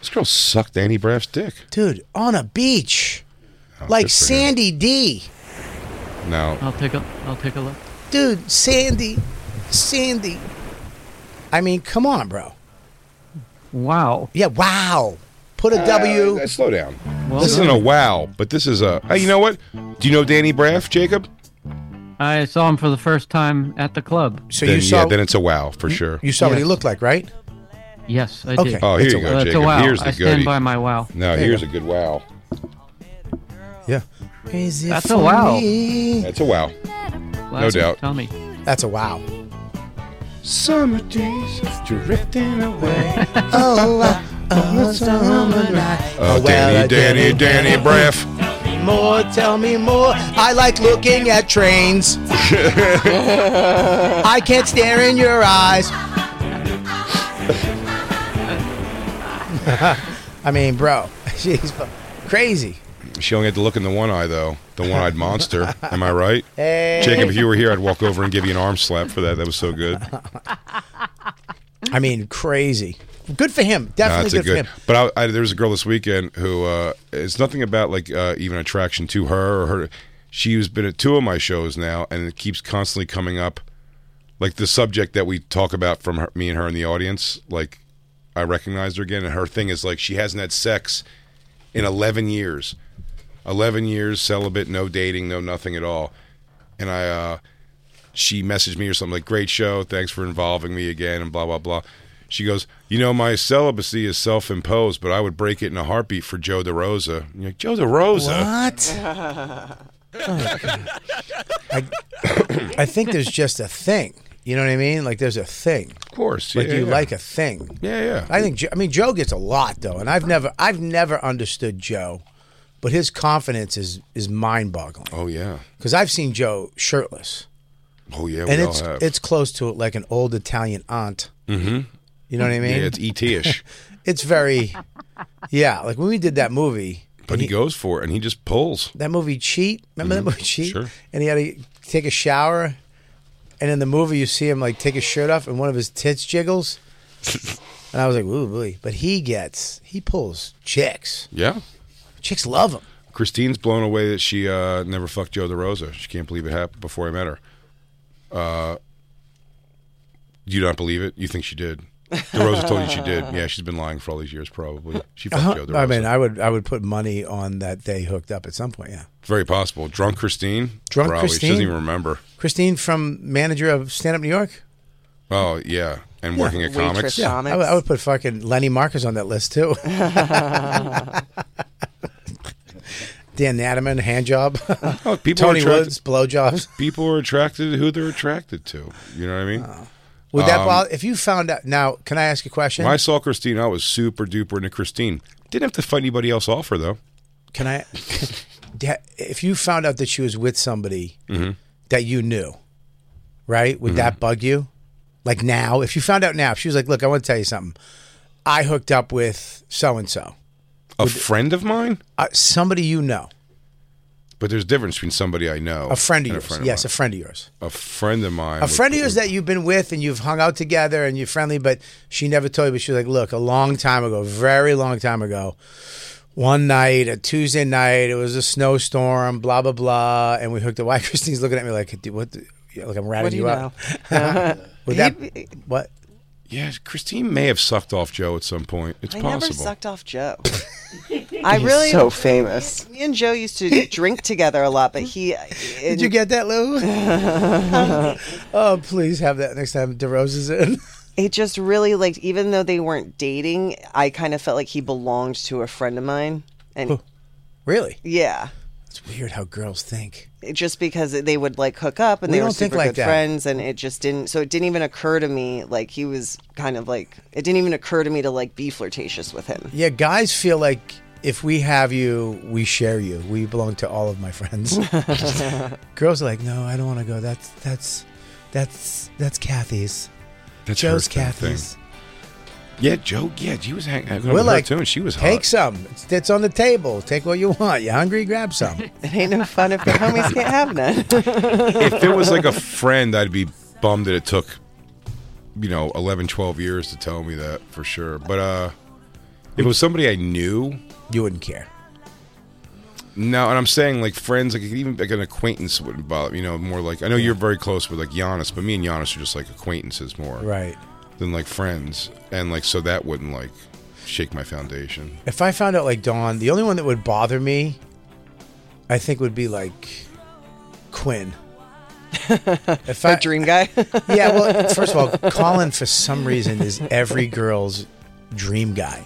This girl sucked Danny Braff's dick.
Dude, on a beach.
Oh,
like
good for him.
Sandy D.
No.
I'll take a I'll take a look.
Dude, Sandy. Sandy. I mean, come on, bro.
Wow.
Yeah, wow. Put a W.
Uh, slow down.
Well
this
done.
isn't a wow, but this is a. Hey, you know what? Do you know Danny Braff, Jacob?
I saw him for the first time at the club.
So
then,
you saw
yeah, then it's a wow for sure.
you saw what he looked like, right?
Yes, I
Okay.
did.
oh, here
it's
you
a-
go,
That's
Jacob.
a wow.
Here's the
I
goodie.
stand by my wow.
no,
There you
here's
go.
a good wow.
Yeah. Is it
That's a
for
wow.
me?
That's a wow.
Well,
No
that's-
doubt.
Tell me.
That's a wow.
Summer days drifting away.
Oh, wow. Oh,
uh,
summer night.
Oh,
well,
Danny, Danny, Danny Braff.
More, tell me more. I like looking at trains. I can't stare in your eyes. I mean, bro, she's fu- crazy.
She only had to look in the one eye though. The one-eyed monster. Am I right?
Hey.
Jacob, if you were here, I'd walk over and give you an arm slap for that. That was so good.
I mean, crazy. Good for him.
No,
Definitely good, for him.
But I, I, there was a girl this weekend who uh, it's nothing about like uh, even attraction to her or her. She's been at two of my shows now, and it keeps constantly coming up, like the subject that we talk about from her, me and her in the audience. Like I recognized her again, and her thing is like she hasn't had sex in eleven years, eleven years celibate, no dating, no nothing at all. And I, uh, she messaged me or something like, "Great show, thanks for involving me again," and blah blah blah. She goes, "You know, my celibacy is self-imposed, but I would break it in a heartbeat for Joe DeRosa." And you're like, "Joe DeRosa?
What? I, I think there's just a thing. You know what I mean? Like there's a thing.
Of course,
like
yeah,
you
yeah.
like a thing.
Yeah, yeah.
I think. Jo- I mean, Joe gets a lot though, and I've never, I've never understood Joe, but his confidence is is mind boggling.
Oh yeah.
Because I've seen Joe shirtless,
Oh yeah.
and
we
it's
all have.
it's close to like an old Italian aunt.
Mm-hmm.
You know what I mean?
Yeah, it's E ET-ish.
It's very, yeah. Like when we did that movie,
but he, goes for it, and he just pulls.
that movie Cheat. Remember that movie Cheat?
Mm-hmm. sure.
And he had to take a shower, and in the movie you see him like take his shirt off, and one of his tits jiggles, and I was like, ooh, boy. But he gets, he pulls chicks.
Yeah.
Chicks love him.
Christine's blown away that she uh, never fucked Joe DeRosa. She can't believe it happened before I met her. Uh, you don't believe it? You think she did? DeRosa told you she did. Yeah, she's been lying for all these years, probably. She fucked Joe DeRosa.
Uh-huh. I mean, I would, I would put money on that they hooked up at some point. Yeah.
Very possible. Drunk Christine?
Drunk
probably. She
Christine?
doesn't even remember.
Christine from manager of Stand Up New York.
Oh, yeah. And working at
Waitress.
comics?
Yeah.
I would, I would put fucking Lenny Marcus on that list too. Dan Natterman, hand job.
Oh, people
Tony
are attracted-
Woods, blowjobs.
People are attracted to who they're attracted to. You know what I mean?
Oh. Would that
Um,
bother? If you found out now, can I ask a question?
When I saw Christine, I was super duper into Christine. Didn't have to fight anybody else off her, though.
Can I? Da- if you found out that she was with somebody that you knew, right? Would that bug you? Like now, if you found out now, if she was like, "Look, I want to tell you something. I hooked up with so and so,
A friend of mine?
somebody you know,
But there's a difference between somebody I know.
a friend of
and
yours. yes, a friend of yours.
mine. A friend of mine.
a
would-
friend of yours that you've been with and you've hung out together and you're friendly, but she never told you. But she was like, "Look, a long time ago, very long time ago, one night, a Tuesday night, it was a snowstorm, blah blah blah, and we hooked up." Why Christine's looking at me like, Dude, "What? The, yeah, like I'm ratting
What do
you,
you
out?"
know? Uh-huh.
Would
He-
that what?
Yeah, Christine may have sucked off Joe at some point. It's
I never
possible.
sucked off Joe. I really
so famous.
Me and Joe used to drink together a lot, but he.
Did you get that, Lou? oh, please have that next time DeRosa's in.
It just really like, even though they weren't dating, I kind of felt like he belonged to a friend of mine, and
really,
yeah,
it's weird how girls think.
It- just because they would like hook up and
We
they were
don't think
super
like
good
that.
friends, and it just didn't. So it didn't even occur to me like he was kind of like it didn't even occur to me to like be flirtatious with him.
Yeah, guys feel like if we have you, we share you. We belong to all of my friends. Girls are like, no, I don't want to go. That's that's that's that's Kathy's.
That's her
Joe's
thing.
Kathy's.
Yeah, Joe. Yeah, she was hanging out with
We're
her
like,
too, and she was
Take
hot.
some. It's, it's on the table. Take what you want. You hungry? Grab some.
It ain't no fun if the homies can't have none.
if it was like a friend, I'd be bummed that it took, you know, 11, 12 years to tell me that for sure. But uh if it was somebody I knew,
you wouldn't care.
no, and I'm saying like friends, like even like an acquaintance wouldn't bother. You know, more like I know you're very close with like Giannis, but me and Giannis are just like acquaintances more
Right.
than like friends, and like so that wouldn't like shake my foundation.
If I found out like Dawn, the only one that would bother me, I think would be like Quinn. if I,
That dream guy.
Yeah, well, first of all, Colin for some reason is every girl's dream guy.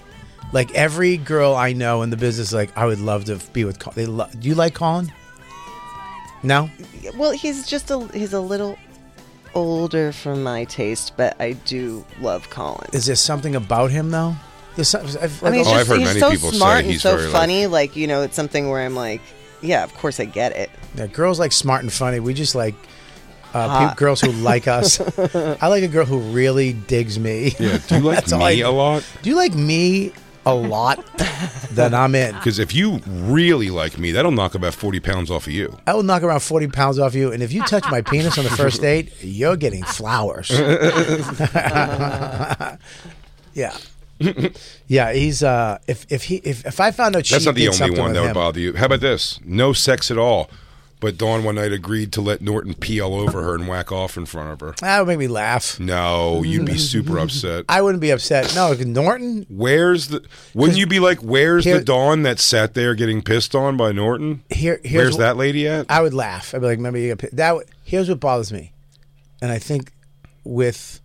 Like every girl I know in the business, like I would love to be with. Colin. They lo- Do you like Colin? No,
well, he's just a he's a little older for my taste, but I do love Colin.
is there something about him though? There's some, I've,
I mean, it's
Oh,
just,
I've heard
he's
many
so
people say
smart and
he's
so
very, like-
funny. Like, you know, it's something where I'm like, yeah, of course I get it.
yeah, girls like smart and funny. We just like uh, pe-
Hot.
girls who like us. I like a girl who really digs me.
Yeah, do you like
That's all
me
I-
a lot?
Do you like me a lot? then I'm in.
Because if you really like me, that'll knock about forty pounds off of you.
I will knock around 40 pounds off you. And if you touch my penis on the first date, you're getting flowers. yeah. Yeah, he's uh if if he if, if I found out she
That's not the
did
only
something
one
with
that would
him-
bother you. How about this? No sex at all. But Dawn one night agreed to let Norton pee all over her and whack off in front of her.
that would make me laugh.
No, you'd be super upset.
I wouldn't be upset. No, Norton,
Where's the? Wouldn't you be like, where's
Here-
the Dawn that sat there getting pissed on by Norton?
Here- here's
where's
wh-
that lady at?
I would laugh. I'd be like, remember you got pi-" that. would- Here's what bothers me, and I think with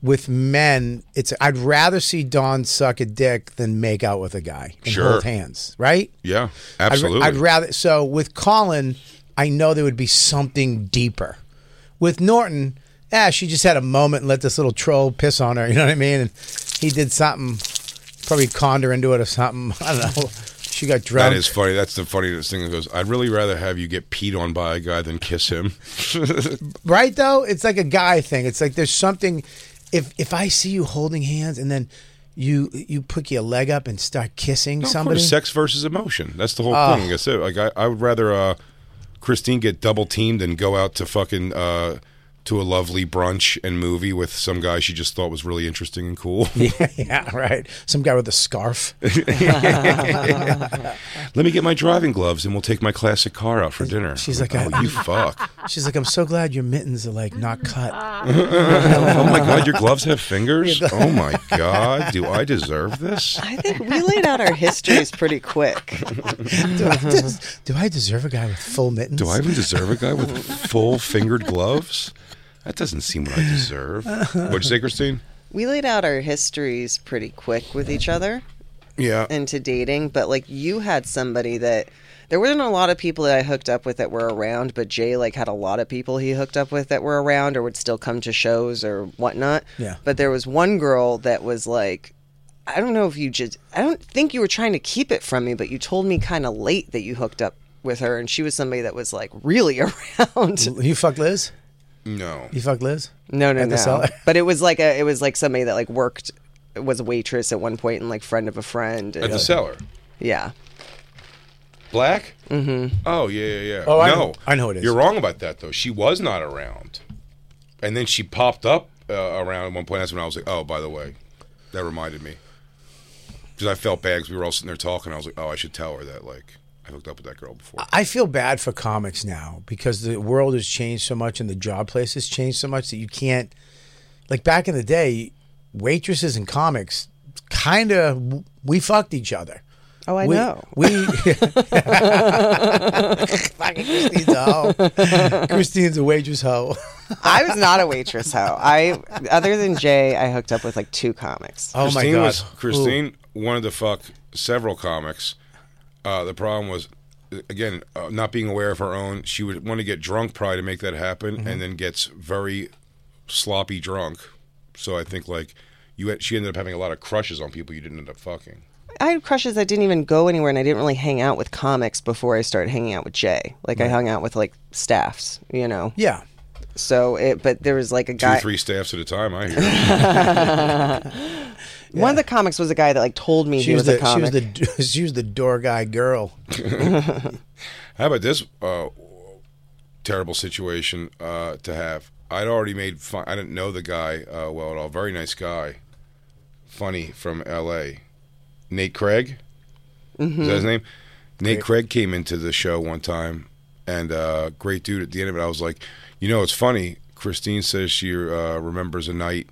with men, it's I'd rather see Dawn suck a dick than make out with a guy and
Sure.
hold hands, right?
yeah,
I'd-
absolutely.
I'd, rather. So with Colin, I know there would be something deeper. With Norton, ah, she just had a moment and let this little troll piss on her. You know what I mean? And he did something, probably conned her into it or something. I don't know. She got drunk.
That is funny. That's the funniest thing that goes. I'd really rather have you get peed on by a guy than kiss him.
right though, it's like a guy thing. It's like there's something. If if I see you holding hands and then you you put your leg up and start kissing
No, of
somebody,
course, sex versus emotion. That's the whole
Oh.
thing. Like I said, like I, I would rather uh, Christine get double teamed and go out to fucking uh, to a lovely brunch and movie with some guy she just thought was really interesting and cool.
yeah, right. Some guy with a scarf.
Let me get my driving gloves and we'll take my classic car out for dinner.
She's like,
oh,
I-
you fuck.
She's like, I'm so glad your mittens are like not cut.
oh my god, your gloves have fingers. Oh my god, do I deserve this?
I think we laid out our histories pretty quick.
do, I des- do I deserve a guy with full mittens?
Do I even deserve a guy with full fingered gloves? That doesn't seem what I deserve. What'd you say, Christine?
We laid out our histories pretty quick with each other
Yeah.
into dating, but like you had somebody that there wasn't a lot of people that I hooked up with that were around, but Jay like had a lot of people he hooked up with that were around or would still come to shows or whatnot.
Yeah.
But there was one girl that was like I don't know if you just I don't think you were trying to keep it from me, but you told me kinda late that you hooked up with her and she was somebody that was like really around.
You fuck Liz?
No.
You fuck Liz?
No, no,
At the
no.
cellar?
But it was like a, it was like somebody that like worked, was a waitress at one point and like friend of a friend.
At
And,
the cellar.
yeah.
Black? Mm-hmm. Oh yeah, yeah, yeah.
Oh, I
no,
know- I know it is.
You're wrong about that though. She was not around, and then she popped up uh, around at one point. That's when I was like, oh, by the way, that reminded me because I felt bad 'cause we were all sitting there talking. I was like, oh, I should tell her that like I hooked up with that girl before.
I feel bad for comics now because the world has changed so much and the job place has changed so much that you can't. Like back in the day, waitresses and comics kind of we fucked each other.
Oh, I
we,
know.
We fucking Christine's a hoe. Christine's a waitress hoe.
I was not a waitress hoe. I, other than Jay, I hooked up with like two comics.
Oh my
Christine
god,
Was, Christine wanted to fuck several comics. Uh, the problem was, again, uh, not being aware of her own. She would want to get drunk probably to make that happen,
Mm-hmm.
and then gets very sloppy drunk. So I think like you, had, she ended up having a lot of crushes on people you didn't end up fucking.
I had crushes that didn't even go anywhere, and I didn't really hang out with comics before I started hanging out with Jay. Like I hung out with like staffs, you know.
Yeah.
So it, but there was like a
Two,
guy.
three staffs at a time. I hear.
One of the comics was a guy that like told me
She
he
was,
was,
the,
a comic.
she was the she was the door guy girl.
How about this uh, terrible situation uh, to have? I'd already made fun. I didn't know the guy uh, well at all. Very nice guy, funny from L.A. Nate Craig. Is that his name? Nate Craig came into the show one time, and uh, great dude. At the end of it, I was like, you know, it's funny. Christine says she uh, remembers a night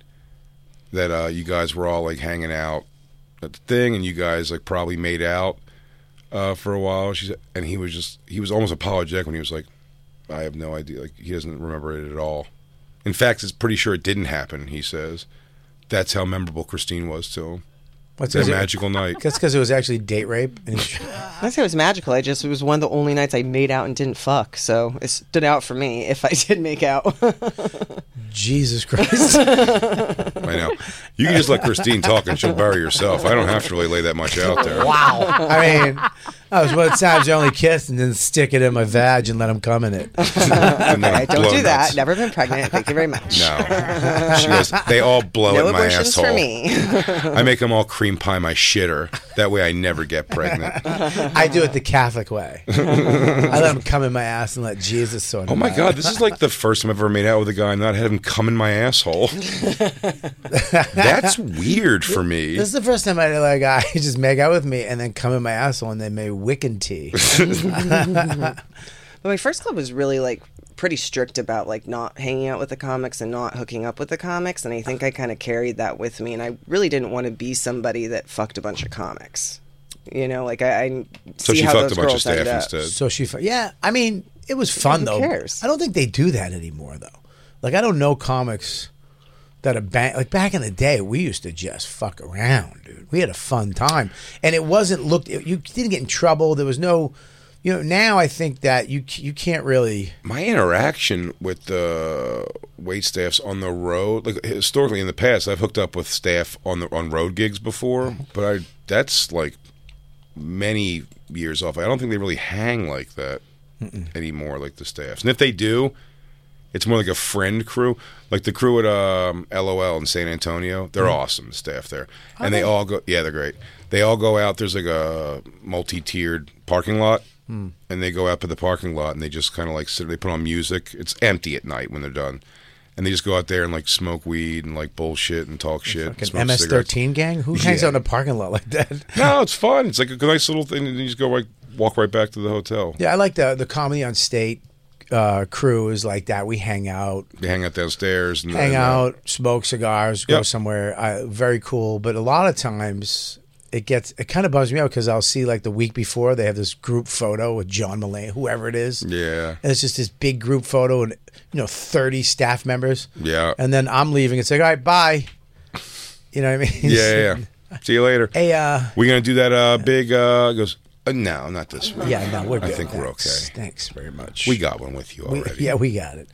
that uh, you guys were all like hanging out at the thing, and you guys like probably made out uh, for a while. She said, and he was just he was almost apologetic when he was like, I have no idea. Like he doesn't remember it at all. In fact, it's pretty sure it didn't happen. He says. That's how memorable Christine was to him.
What's
that
his-
magical night.
That's because it was actually date rape. And he-
I say it was magical. I just it was one of the only nights I made out and didn't fuck, so it stood out for me if I did make out.
Jesus Christ.
I know. You can just let Christine talk and she'll bury herself. I don't have to really lay that much out there.
Wow. I mean, that was one of the times I only kissed and then stick it in my vag and let him come in it.
And then
okay,
blow
don't do that.
nuts.
Never been pregnant. Thank you very much.
No. She goes, they all blow
No
in my
abortions
asshole.
for me.
I make them all cream pie my shitter. That way I never get pregnant.
I do it the Catholic way. I let him come in my ass and let Jesus sort him
Oh my
out.
God, this is like the first time I've ever made out with a guy and not had him come in my asshole. That's weird for me.
This is the first time I let a guy just make out with me and then come in my asshole and then make Wiccan tea.
But my first club was really like pretty strict about like not hanging out with the comics and not hooking up with the comics, and I think I kind of carried that with me, and I really didn't want to be somebody that fucked a bunch of comics. You know, like I, I
So
see
she
how
fucked
those
a bunch of
girls
staff
ended up.
instead.
so she, fu- yeah, I mean, it was fun
Who
though.
cares?
I don't think they do that anymore though. Like, I don't know comics that are bang. Like back in the day, we used to just fuck around, dude. We had a fun time, and it wasn't looked. You didn't get in trouble. There was no, you know. Now I think that you c- you can't really.
my interaction with the wait staffs on the road. Like historically in the past, I've hooked up with staff on the on road gigs before,
Mm-hmm.
but I that's like many years off. I don't think they really hang like that
Mm-mm.
anymore, like the staffs. And if they do, it's more like a friend crew, like the crew at um, LOL in San Antonio. They're
Mhm.
awesome, the staff there,
Are
and they,
they?
all go. Yeah, they're great. They all go out. There's like a multi-tiered parking lot,
Hmm.
and they go out to the parking lot and they just kind of like sit. They put on music. It's empty at night when they're done, and they just go out there and like smoke weed and like bullshit and talk shit. and smoke
MS
cigarettes.
thirteen gang? Who hangs
Yeah.
out in a parking lot like that?
No, it's fun. It's like a nice little thing, and you just go right, walk right back to the hotel.
Yeah, I like the the comedy on state uh, crew is like that. We hang out,
They hang out downstairs and
hang
and, uh,
out, smoke cigars, go
Yep.
somewhere. I, very cool. But a lot of times it gets it kind of bums me out because I'll see like the week before they have this group photo with John Mulaney, whoever it is,
yeah,
and it's just this big group photo and you know thirty staff members,
yeah,
and then I'm leaving. It's like all right, bye. You know what I mean?
yeah, yeah, yeah. See you later.
Hey, uh,
We're gonna do that uh, big. Uh, goes uh, no, not this week.
Yeah, no, we're
I
good.
think we're okay.
Thanks. Thanks very much.
We got one with you
We-
already.
yeah, we got it.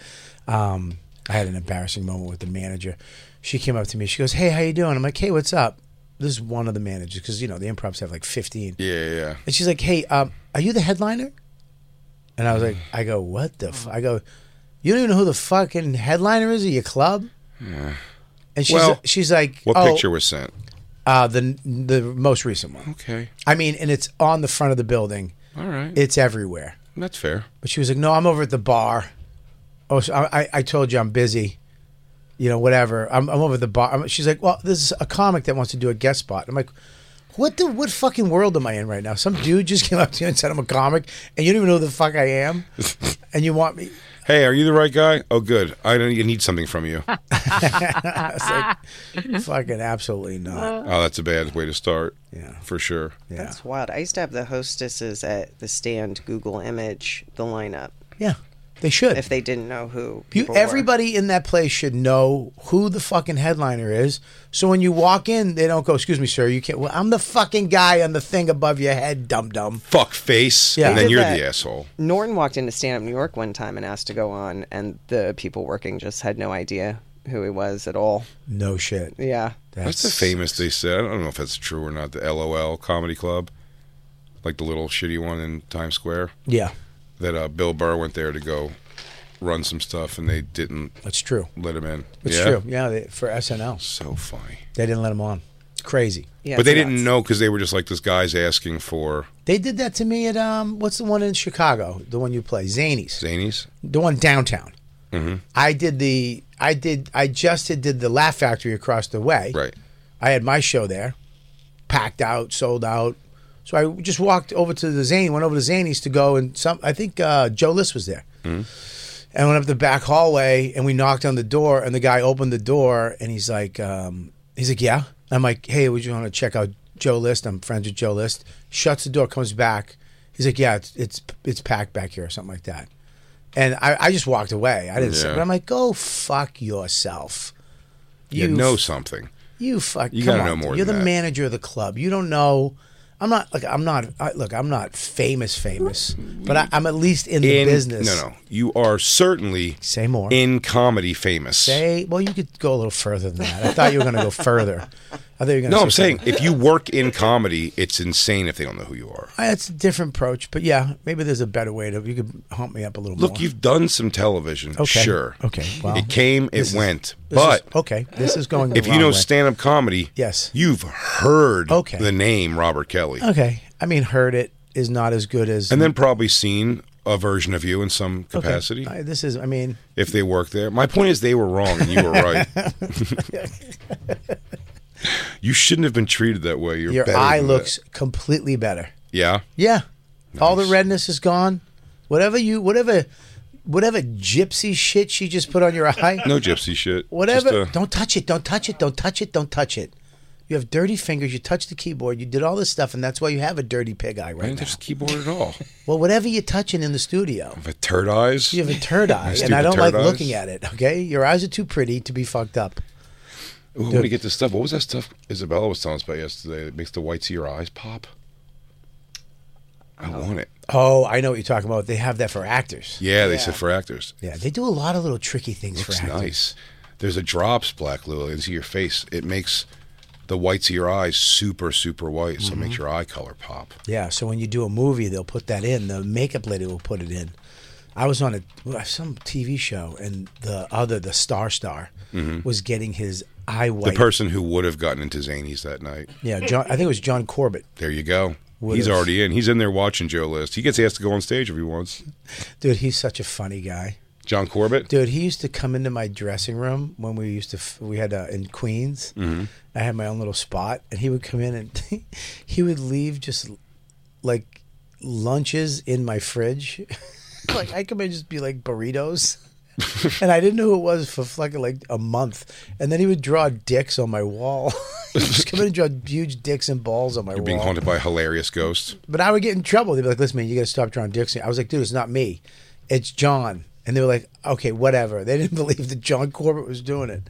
Um, I had an embarrassing moment with the manager. She came up to me. She goes, "Hey, how you doing?" I'm like, "Hey, what's up?" This is one of the managers because you know the improvs have like 15.
yeah, yeah.
And she's like, "Hey, um, are you the headliner?" And I was
Mm.
like, "I go, what the?
Oh.
F-? I go, you don't even know who the fucking headliner is of your club?"
yeah.
And she's
Well,
she's like,
What
"Oh,
picture was sent?
Uh, the the most recent one.
Okay,
I mean, and it's on the front of the building.
all right.
It's everywhere."
That's fair.
But she was like, "No, I'm over at the bar." Oh, so I, I- I told you I'm busy. You know, whatever. I'm, I'm over at the bar. I'm- she's like, "Well, this is a comic that wants to do a guest spot." I'm like, "What the what fucking world am I in right now? Some dude just came up to you and said I'm a comic, and you don't even know who the fuck I am, and you want me?"
Hey, are you the right guy? Oh, good. I don't. You need something from you. oh,
I was like, "Fucking absolutely not."
Oh, that's a bad way to start.
Yeah,
for sure.
Yeah.
That's wild. I used to have the hostesses at the stand Google image the lineup
Yeah, they should.
if they didn't know who
You,
people were.
everybody in that place should know who the fucking headliner is. So when you walk in, they don't go, "Excuse me, sir, you can't." Well, I'm the fucking guy on the thing above your head, dum dum.
Fuck face.
Yeah.
and then
Did
you're
that.
the asshole.
Norton walked into stand up New York one time and asked to go on, and the people working just had no idea who he was at all.
No shit.
Yeah.
That's the famous they said. I don't know if that's true or not. The LOL Comedy Club, like the little shitty one in Times Square.
Yeah,
That uh, Bill Burr went there to go run some stuff, and they didn't
that's true.
let him in.
It's
yeah?
true. Yeah, they, for SNL,
So funny.
they didn't let him on. It's crazy.
yeah
but they
it's
didn't
nuts.
know because they were just like this guy's asking for
They did that to me at um, what's the one in Chicago? The one you play, Zanies.
Zanies.
The one downtown.
hmm
I did the. I did. I just did the Laugh Factory across the way.
Right.
I had my show there, packed out, sold out. So I just walked over to the Zany, went over to Zany's to go, and some I think uh, Joe List was there,
Mhm.
and went up the back hallway, and we knocked on the door, and the guy opened the door, and he's like, um, he's like, yeah. I'm like, hey, would you want to check out Joe List? I'm friends with Joe List. Shuts the door, comes back. He's like, yeah, it's it's, it's packed back here or something like that. And I, I just walked away. I didn't say,
Yeah.
but I'm like, go fuck yourself.
You
You
know something.
You fuck.
You
come
gotta
on,
know more
dude. You're
than
the
that.
manager of the club. You don't know. I'm not like I'm not. I, look, I'm not famous, famous, but I, I'm at least in the
In-
business.
No, no. You are certainly
Say more.
in comedy famous.
Say well, you could go a little further than that. I thought you were going to go further. I thought you were going.
no, I'm saying if you work in comedy, it's insane if they don't know who you are.
it's a different approach, but yeah, maybe there's a better way to. You could hump me up a little
Look,
more.
you've done some television,
Okay.
sure.
Okay, well,
it came,
this
it
is-
went.
This is-
But
okay, this is going. the
if you
wrong
know
way.
stand-up comedy,
Yes.
you've heard
Okay.
the name Robert Kelly,
Okay, I mean, heard it is not as good as
and then probably seen a version of you in some
Okay,
capacity
I- this is. I mean,
if they work there. My point is, they were wrong and you were right. you shouldn't have been treated that way. You're
your
better
eye
than
looks
that.
completely better.
Yeah,
Yeah. All the redness is gone. Whatever you whatever whatever gypsy shit she just put on your eye.
no gypsy shit.
Whatever
Just a-
don't touch it, don't touch it, don't touch it, don't touch it. You have dirty fingers, you touch the keyboard, you did all this stuff, and that's why you have a dirty pig eye
I
right
didn't
now.
touch the keyboard at all.
Well, whatever you're touching in the studio.
But turd eyes.
You have a turd eye, and I
stupid
don't
turd
like
eyes.
looking at it, okay? Your eyes are too pretty to be fucked up.
Ooh, I want to get this stuff. What was that stuff Isabella was telling us about yesterday that makes the whites of your eyes pop? I want it.
Oh, I know what you're talking about. They have that for actors.
Yeah, they said for actors.
Yeah, they do a lot of little tricky things
Looks
for actors.
nice. There's a drops black lily into your face. It makes the whites of your eyes super super white, so it
Mm-hmm.
makes your eye color pop.
Yeah, so when you do a movie, they'll put that in. The makeup lady will put it in. I was on a some TV show, and the other, the star star,
Mhm.
was getting his eye
The
white.
person who would have gotten into Zanies that night.
yeah, John, I think it was John Corbett.
There you go.
Would
He's
have.
already in. He's in there watching Joe List. He gets asked to go on stage if he wants.
Dude, he's such a funny guy.
John Corbett.
Dude, he used to come into my dressing room when we used to f- we had uh, in Queens.
Mhm.
I had my own little spot, and he would come in and he would leave just like lunches in my fridge. like I come in and just be like burritos, and I didn't know who it was for fucking like a month. And then he would draw dicks on my wall. He'd just come in and draw huge dicks and balls on my
You're
wall.
being haunted by a hilarious ghost.
But I would get in trouble. They'd be like, listen, man, you got to stop drawing dicks. I was like, dude, it's not me. It's John. And they were like, okay, whatever. They didn't believe that John Corbett was doing it.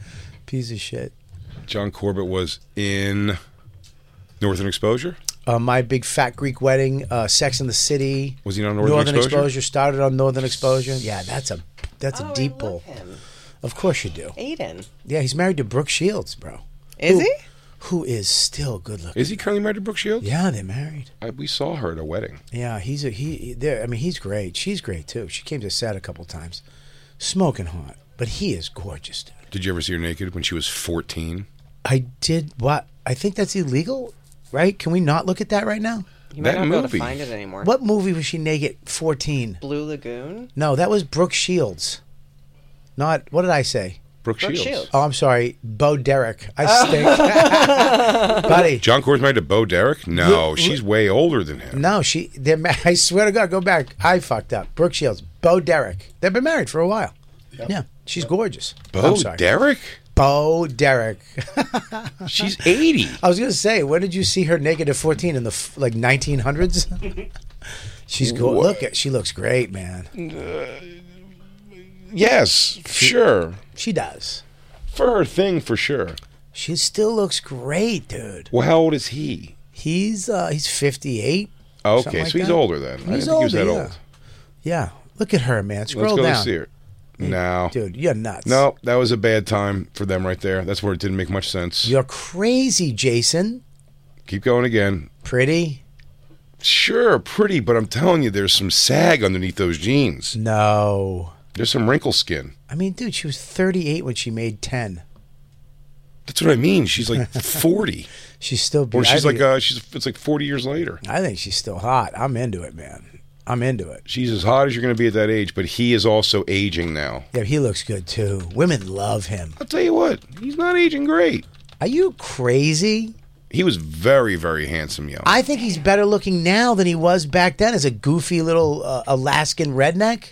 Piece of shit.
John Corbett was in Northern Exposure.
Uh, my big fat Greek wedding, uh, Sex in the City.
Was he on Northern Exposure?
started on Northern Exposure. Yeah, that's a that's a deep pull. Of course you do.
Aiden.
Yeah, he's married to Brooke Shields, bro.
Is
Who-
he?
Who is still good looking.
Is he currently married to Brooke Shields?
Yeah, they're married.
I, we saw her at a wedding.
Yeah, he's a he. he- There, I mean, he's great. She's great too. She came to set a couple times, smoking hot. But he is gorgeous. Dude.
Did you ever see her naked when she was 14?
I did what? I think that's illegal, right? Can we not look at that right now?
You might
That
not be able
movie.
to find it anymore.
What movie was she naked? Fourteen.
Blue Lagoon?
No, that was Brooke Shields. Not what did I say?
Brooke,
Brooke
Shields.
Shields.
Oh, I'm sorry, Bo Derek. I stink, buddy.
John Corbett's married to Bo Derek? No, she's way older than him.
No, she. They're. ma- I swear to God, go back. I fucked up. Brooke Shields, Bo Derek. They've been married for a while. Yeah, she's gorgeous.
Bo
I'm sorry.
Derek?
Bo Derek.
She's 80.
I was gonna say, when did you see her naked at fourteen in the f- like nineteen hundreds? She's cool. Look at she looks great, man.
yes, sure.
She does.
For her thing, for sure.
She still looks great, dude.
Well, how old is he?
He's uh he's fifty eight.
Okay, so he's older then. I didn't think he was that old.
Yeah, look at her, man.
Let's
Scroll
go
down,
see her. No.
dude. You're nuts.
No, that was a bad time for them right there. That's where it didn't make much sense.
you're crazy, Jason.
Keep going again.
Pretty?
Sure, pretty, but I'm telling you, there's some sag underneath those jeans.
No.
There's some wrinkle skin.
I mean, dude, she was thirty eight when she made ten.
That's what I mean. She's like 40,
She's still
or she's
I
like
think-
uh, she's it's like 40 years later.
I think she's still hot. I'm into it, man. I'm into it.
She's as hot as you're going to be at that age, but he is also aging now.
Yeah, he looks good too. Women love him.
I'll tell you what, he's not aging great.
Are you crazy?
He was very, very handsome young.
I think he's better looking now than he was back then as a goofy little uh, Alaskan redneck.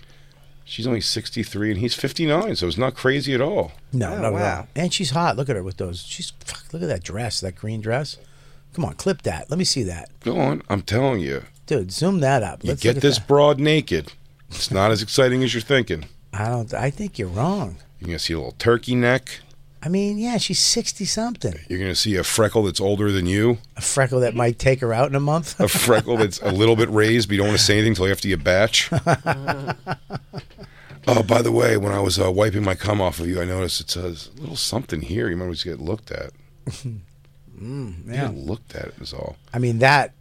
She's only 63 and he's 59, so it's not crazy at all.
No,
Oh,
no,
wow.
And she's hot. Look at her with those. She's fuck, look at that dress, that green dress. Come on, clip that. Let me see that,
Go on, I'm telling you.
dude. Zoom that up.
You
Let's look
get
at
this
that.
broad naked. It's not as exciting as you're thinking.
I don't. I think you're wrong.
You're going to see a little turkey neck.
I mean, yeah, she's sixty something.
You're going to see a freckle that's older than you,
A freckle that might take her out in a month.
a freckle that's a little bit raised, but you don't want to say anything until after you batch. Oh, by the way, when I was uh, wiping my cum off of you, I noticed it's a little something here. You might always get looked at. You
yeah.
get looked at, is all.
I mean that.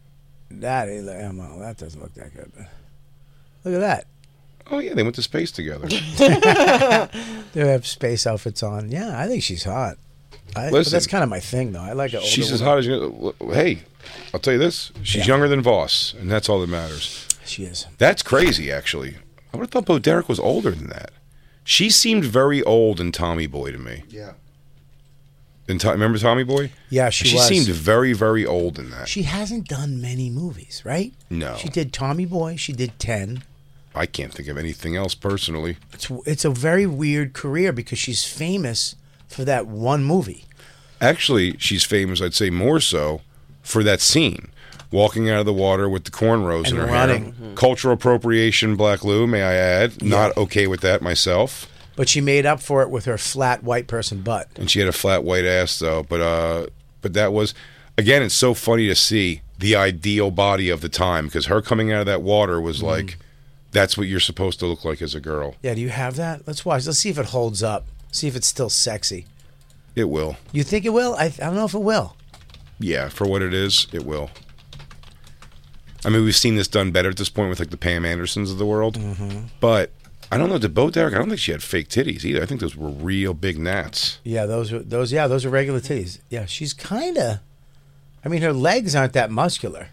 That eh, ain't- yeah, well, that doesn't look that good. But look at that.
Oh, yeah, they went to space together.
They have space outfits on. Yeah, I think she's hot. I, but
Listen.
that's kind of my thing, though. I like an older.
She's as
woman.
hot as you. uh, Hey, I'll tell you this. She's younger than Voss, and that's all that matters.
She is.
That's crazy, actually. I would have thought Bo Derek was older than that. She seemed very old in Tommy Boy to me.
Yeah.
In to- remember Tommy Boy?
Yeah, she,
she
was.
seemed very, very old in that.
She hasn't done many movies, right?
No.
She did Tommy Boy. She did ten.
I can't think of anything else personally.
It's it's a very weird career because she's famous for that one movie.
Actually, she's famous, I'd say more so, for that scene. Walking out of the water with the cornrows in
And
her
running.
hair. Cultural appropriation, Black Lou, may I add. Not okay with that myself.
But she made up for it with her flat white person butt.
and she had a flat white ass though. But uh, but that was again, it's so funny to see the ideal body of the time because her coming out of that water was
Mm-hmm.
mm. like that's what you're supposed to look like as a girl.
Yeah, do you have that? Let's watch. Let's see if it holds up. See if it's still sexy.
It will.
You think it will? I, I don't know if it will.
Yeah, for what it is, it will. I mean, we've seen this done better at this point with like the Pam Andersons of the world, mm-hmm. but I don't know the Bo Derek. I don't think she had fake titties either. I think those were real big gnats.
Yeah, those were those. Yeah, those are regular titties. Yeah, she's kind of. I mean, her legs aren't that muscular.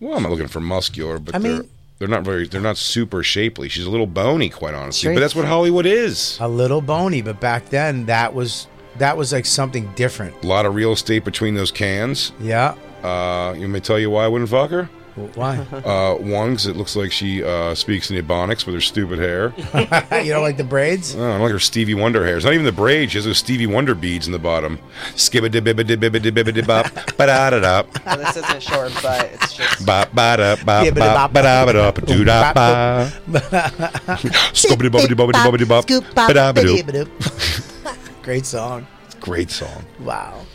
Well, I'm not looking for muscular, but I mean, they're, they're not very. They're not super shapely. She's a little bony, quite honestly. Straight. But that's what Hollywood is.
A little bony, but back then that was that was like something different.
A lot of real estate between those cans.
Yeah.
Uh, you may tell you why I wouldn't fuck her.
Why?
Uh, one, because it looks like she uh, speaks in Ebonics with her stupid hair.
you don't like the braids?
No, I don't like her Stevie Wonder hair. It's not even the braids. She has those Stevie Wonder beads in the bottom. Skibba dib bibba dib bibba dib bibba dib bop ba da da da.
Well, this isn't short, but it's just.
Bop ba da bop bop ba da ba da do da ba. Skubba dib bubba dib bubba dib bubba dib bop ba da ba do.
Great song.
Great song.
Wow.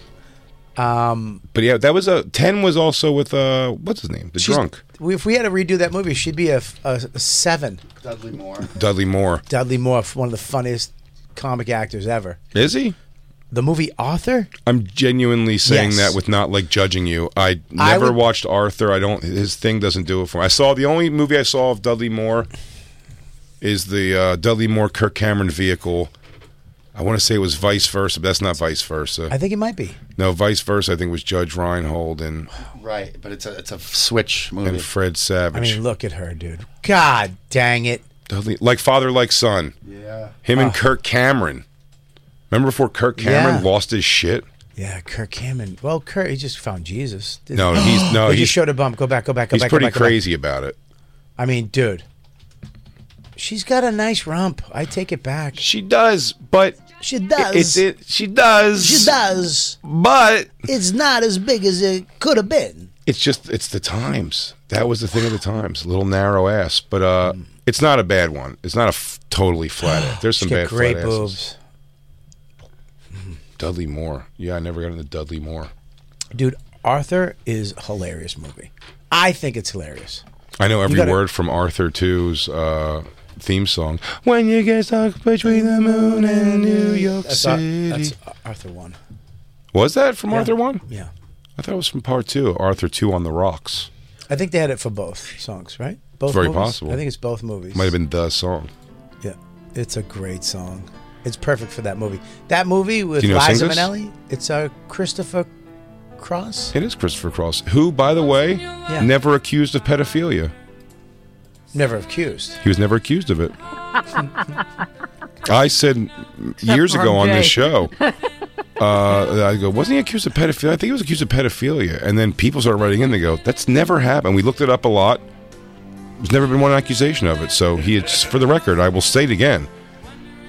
Um,
but yeah, that was a ten. Was also with uh, what's his name? The drunk.
If we had to redo that movie, she'd be a, a, a seven.
Dudley Moore.
Dudley Moore.
Dudley Moore, one of the funniest comic actors ever.
Is he?
The movie Arthur.
I'm genuinely saying yes. that with not like judging you. I never I would... watched Arthur. I don't. His thing doesn't do it for me. I saw the only movie I saw of Dudley Moore is the uh, Dudley Moore Kirk Cameron vehicle. I want to say it was vice versa, but that's not vice versa.
I think it might be.
No, vice versa. I think it was Judge Reinhold and
right, but it's a it's a switch movie.
And Fred Savage.
I mean, look at her, dude. God dang it!
Dudley, like father, like son.
Yeah.
Him
Ah.
and oh. Kirk Cameron. Remember before Kirk Cameron yeah. lost his shit.
Yeah, Kirk Cameron. Well, Kirk, he just found Jesus.
No, he? he's no.
he just showed a bump. Go back. Go back. Go
he's
back,
pretty
go back,
crazy
go back.
about it.
I mean, dude. She's got a nice rump. I take it back.
She does, but
she does.
It, it, it, she does.
She does.
But
it's not as big as it could have been.
It's just it's the times. That was the thing of the times. A little narrow ass, but uh,
Hmm.
mm. it's not a bad one. It's not a f- totally flat. Ass. There's some bad
great
flat
boobs.
Asses. Dudley Moore. Yeah, I never got into Dudley Moore.
Dude, Arthur is hilarious movie. I think it's hilarious.
I know every gotta, word from Arthur 2's uh, theme song. When you get stuck between the moon and New York
that's
City.
Ar- that's Arthur one.
Was that from
yeah.
Arthur one?
Yeah.
I thought it was from part two, Arthur two on the rocks.
I think they had it for both songs, right? Both.
It's very
movies?
possible.
I think it's both movies.
Might have been the song.
Yeah, it's a great song. It's perfect for that movie. That movie with you know Liza Minnelli. It's a uh, Christopher Cross.
It is Christopher Cross, who, by the way, yeah. never accused of pedophilia.
Never accused.
He was never accused of it. I said years ago on this show. Uh, I go, wasn't he accused of pedophilia? I think he was accused of pedophilia. And then people started writing in. They go, that's never happened. We looked it up a lot. There's never been one accusation of it. So he, had, for the record, I will state again,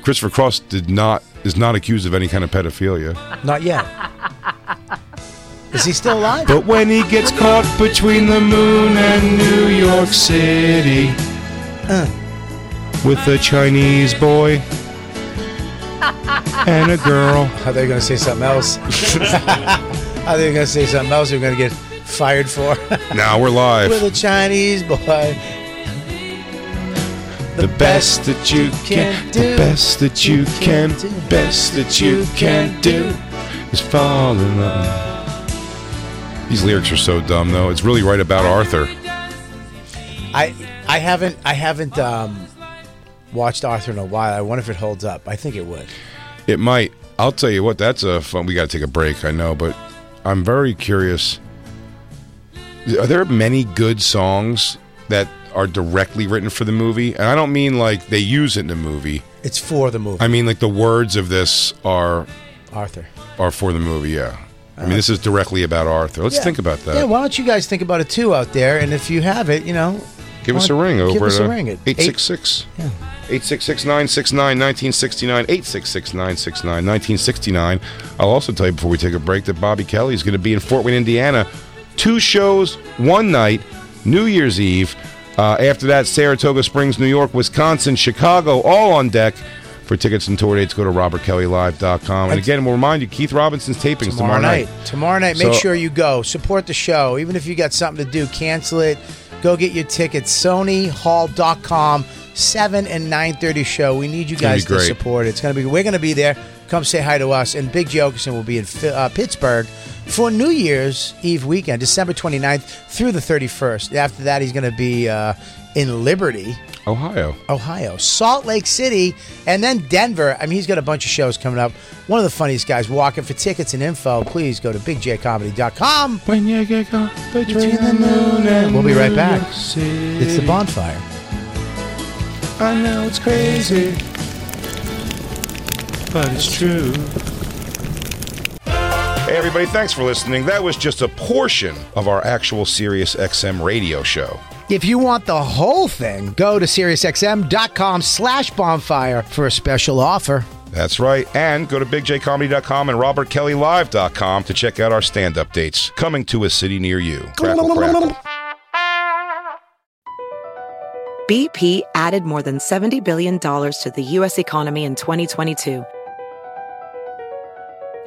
Christopher Cross did not is not accused of any kind of pedophilia.
Not yet. Is he still alive?
But when he gets caught between the moon and New York City uh. with a Chinese boy and a girl.
Are they going to say something else? Are they going to say something else we're going to get fired for?
now nah, we're live.
With a Chinese boy.
The, the best, best that you can, do, the best that you can, do, best that you can do is fall in love. These lyrics are so dumb, though. It's really right about Arthur.
I I haven't I haven't um, watched Arthur in a while. I wonder if it holds up. I think it would.
It might. I'll tell you what. That's a fun. We got to take a break. I know, but I'm very curious. Are there many good songs that are directly written for the movie? And I don't mean like they use it in the movie.
It's for the movie.
I mean like the words of this are
Arthur
are for the movie. Yeah. I mean, this is directly about Arthur. Let's
yeah.
think about that.
Yeah, why don't you guys think about it too out there? And if you have it, you know,
give us a ring over
give us
at
a ring at
866 866 969 1969. 866 969 1969. I'll also tell you before we take a break that Bobby Kelly is going to be in Fort Wayne, Indiana. Two shows, one night, New Year's Eve. Uh, after that, Saratoga Springs, New York, Wisconsin, Chicago, all on deck. For tickets and tour dates, go to robertkellylive.com. And again, we'll remind you, Keith Robinson's tapings tomorrow, night.
Tomorrow night, make
So-
sure you go. Support the show. Even if you got something to do, cancel it. Go get your tickets. SonyHall.com. 7 and 9.30 show. We need you
gonna be
guys to
great.
support. It's going to be, we're going to be there. Come say hi to us. And Big Jokerson will be in Fi- uh, Pittsburgh for New Year's Eve weekend, December 29th through the 31st. After that, he's going to be uh, in Liberty.
Ohio.
Ohio, Salt Lake City, and then Denver. I mean, he's got a bunch of shows coming up. One of the funniest guys walking. For tickets and info, please go to bigjcomedy.com.
When you get caught between the moon and
We'll be right back.
New York City.
It's the bonfire.
I know it's crazy, but it's true. Hey, everybody, thanks for listening. That was just a portion of our actual Sirius XM radio show.
If you want the whole thing, go to SiriusXM.com slash bonfire for a special offer.
That's right. And go to bigjcomedy.com and robertkellylive.com to check out our stand updates coming to a city near you. Crackle, crackle.
BP added more than $70 billion to the U.S. economy in 2022.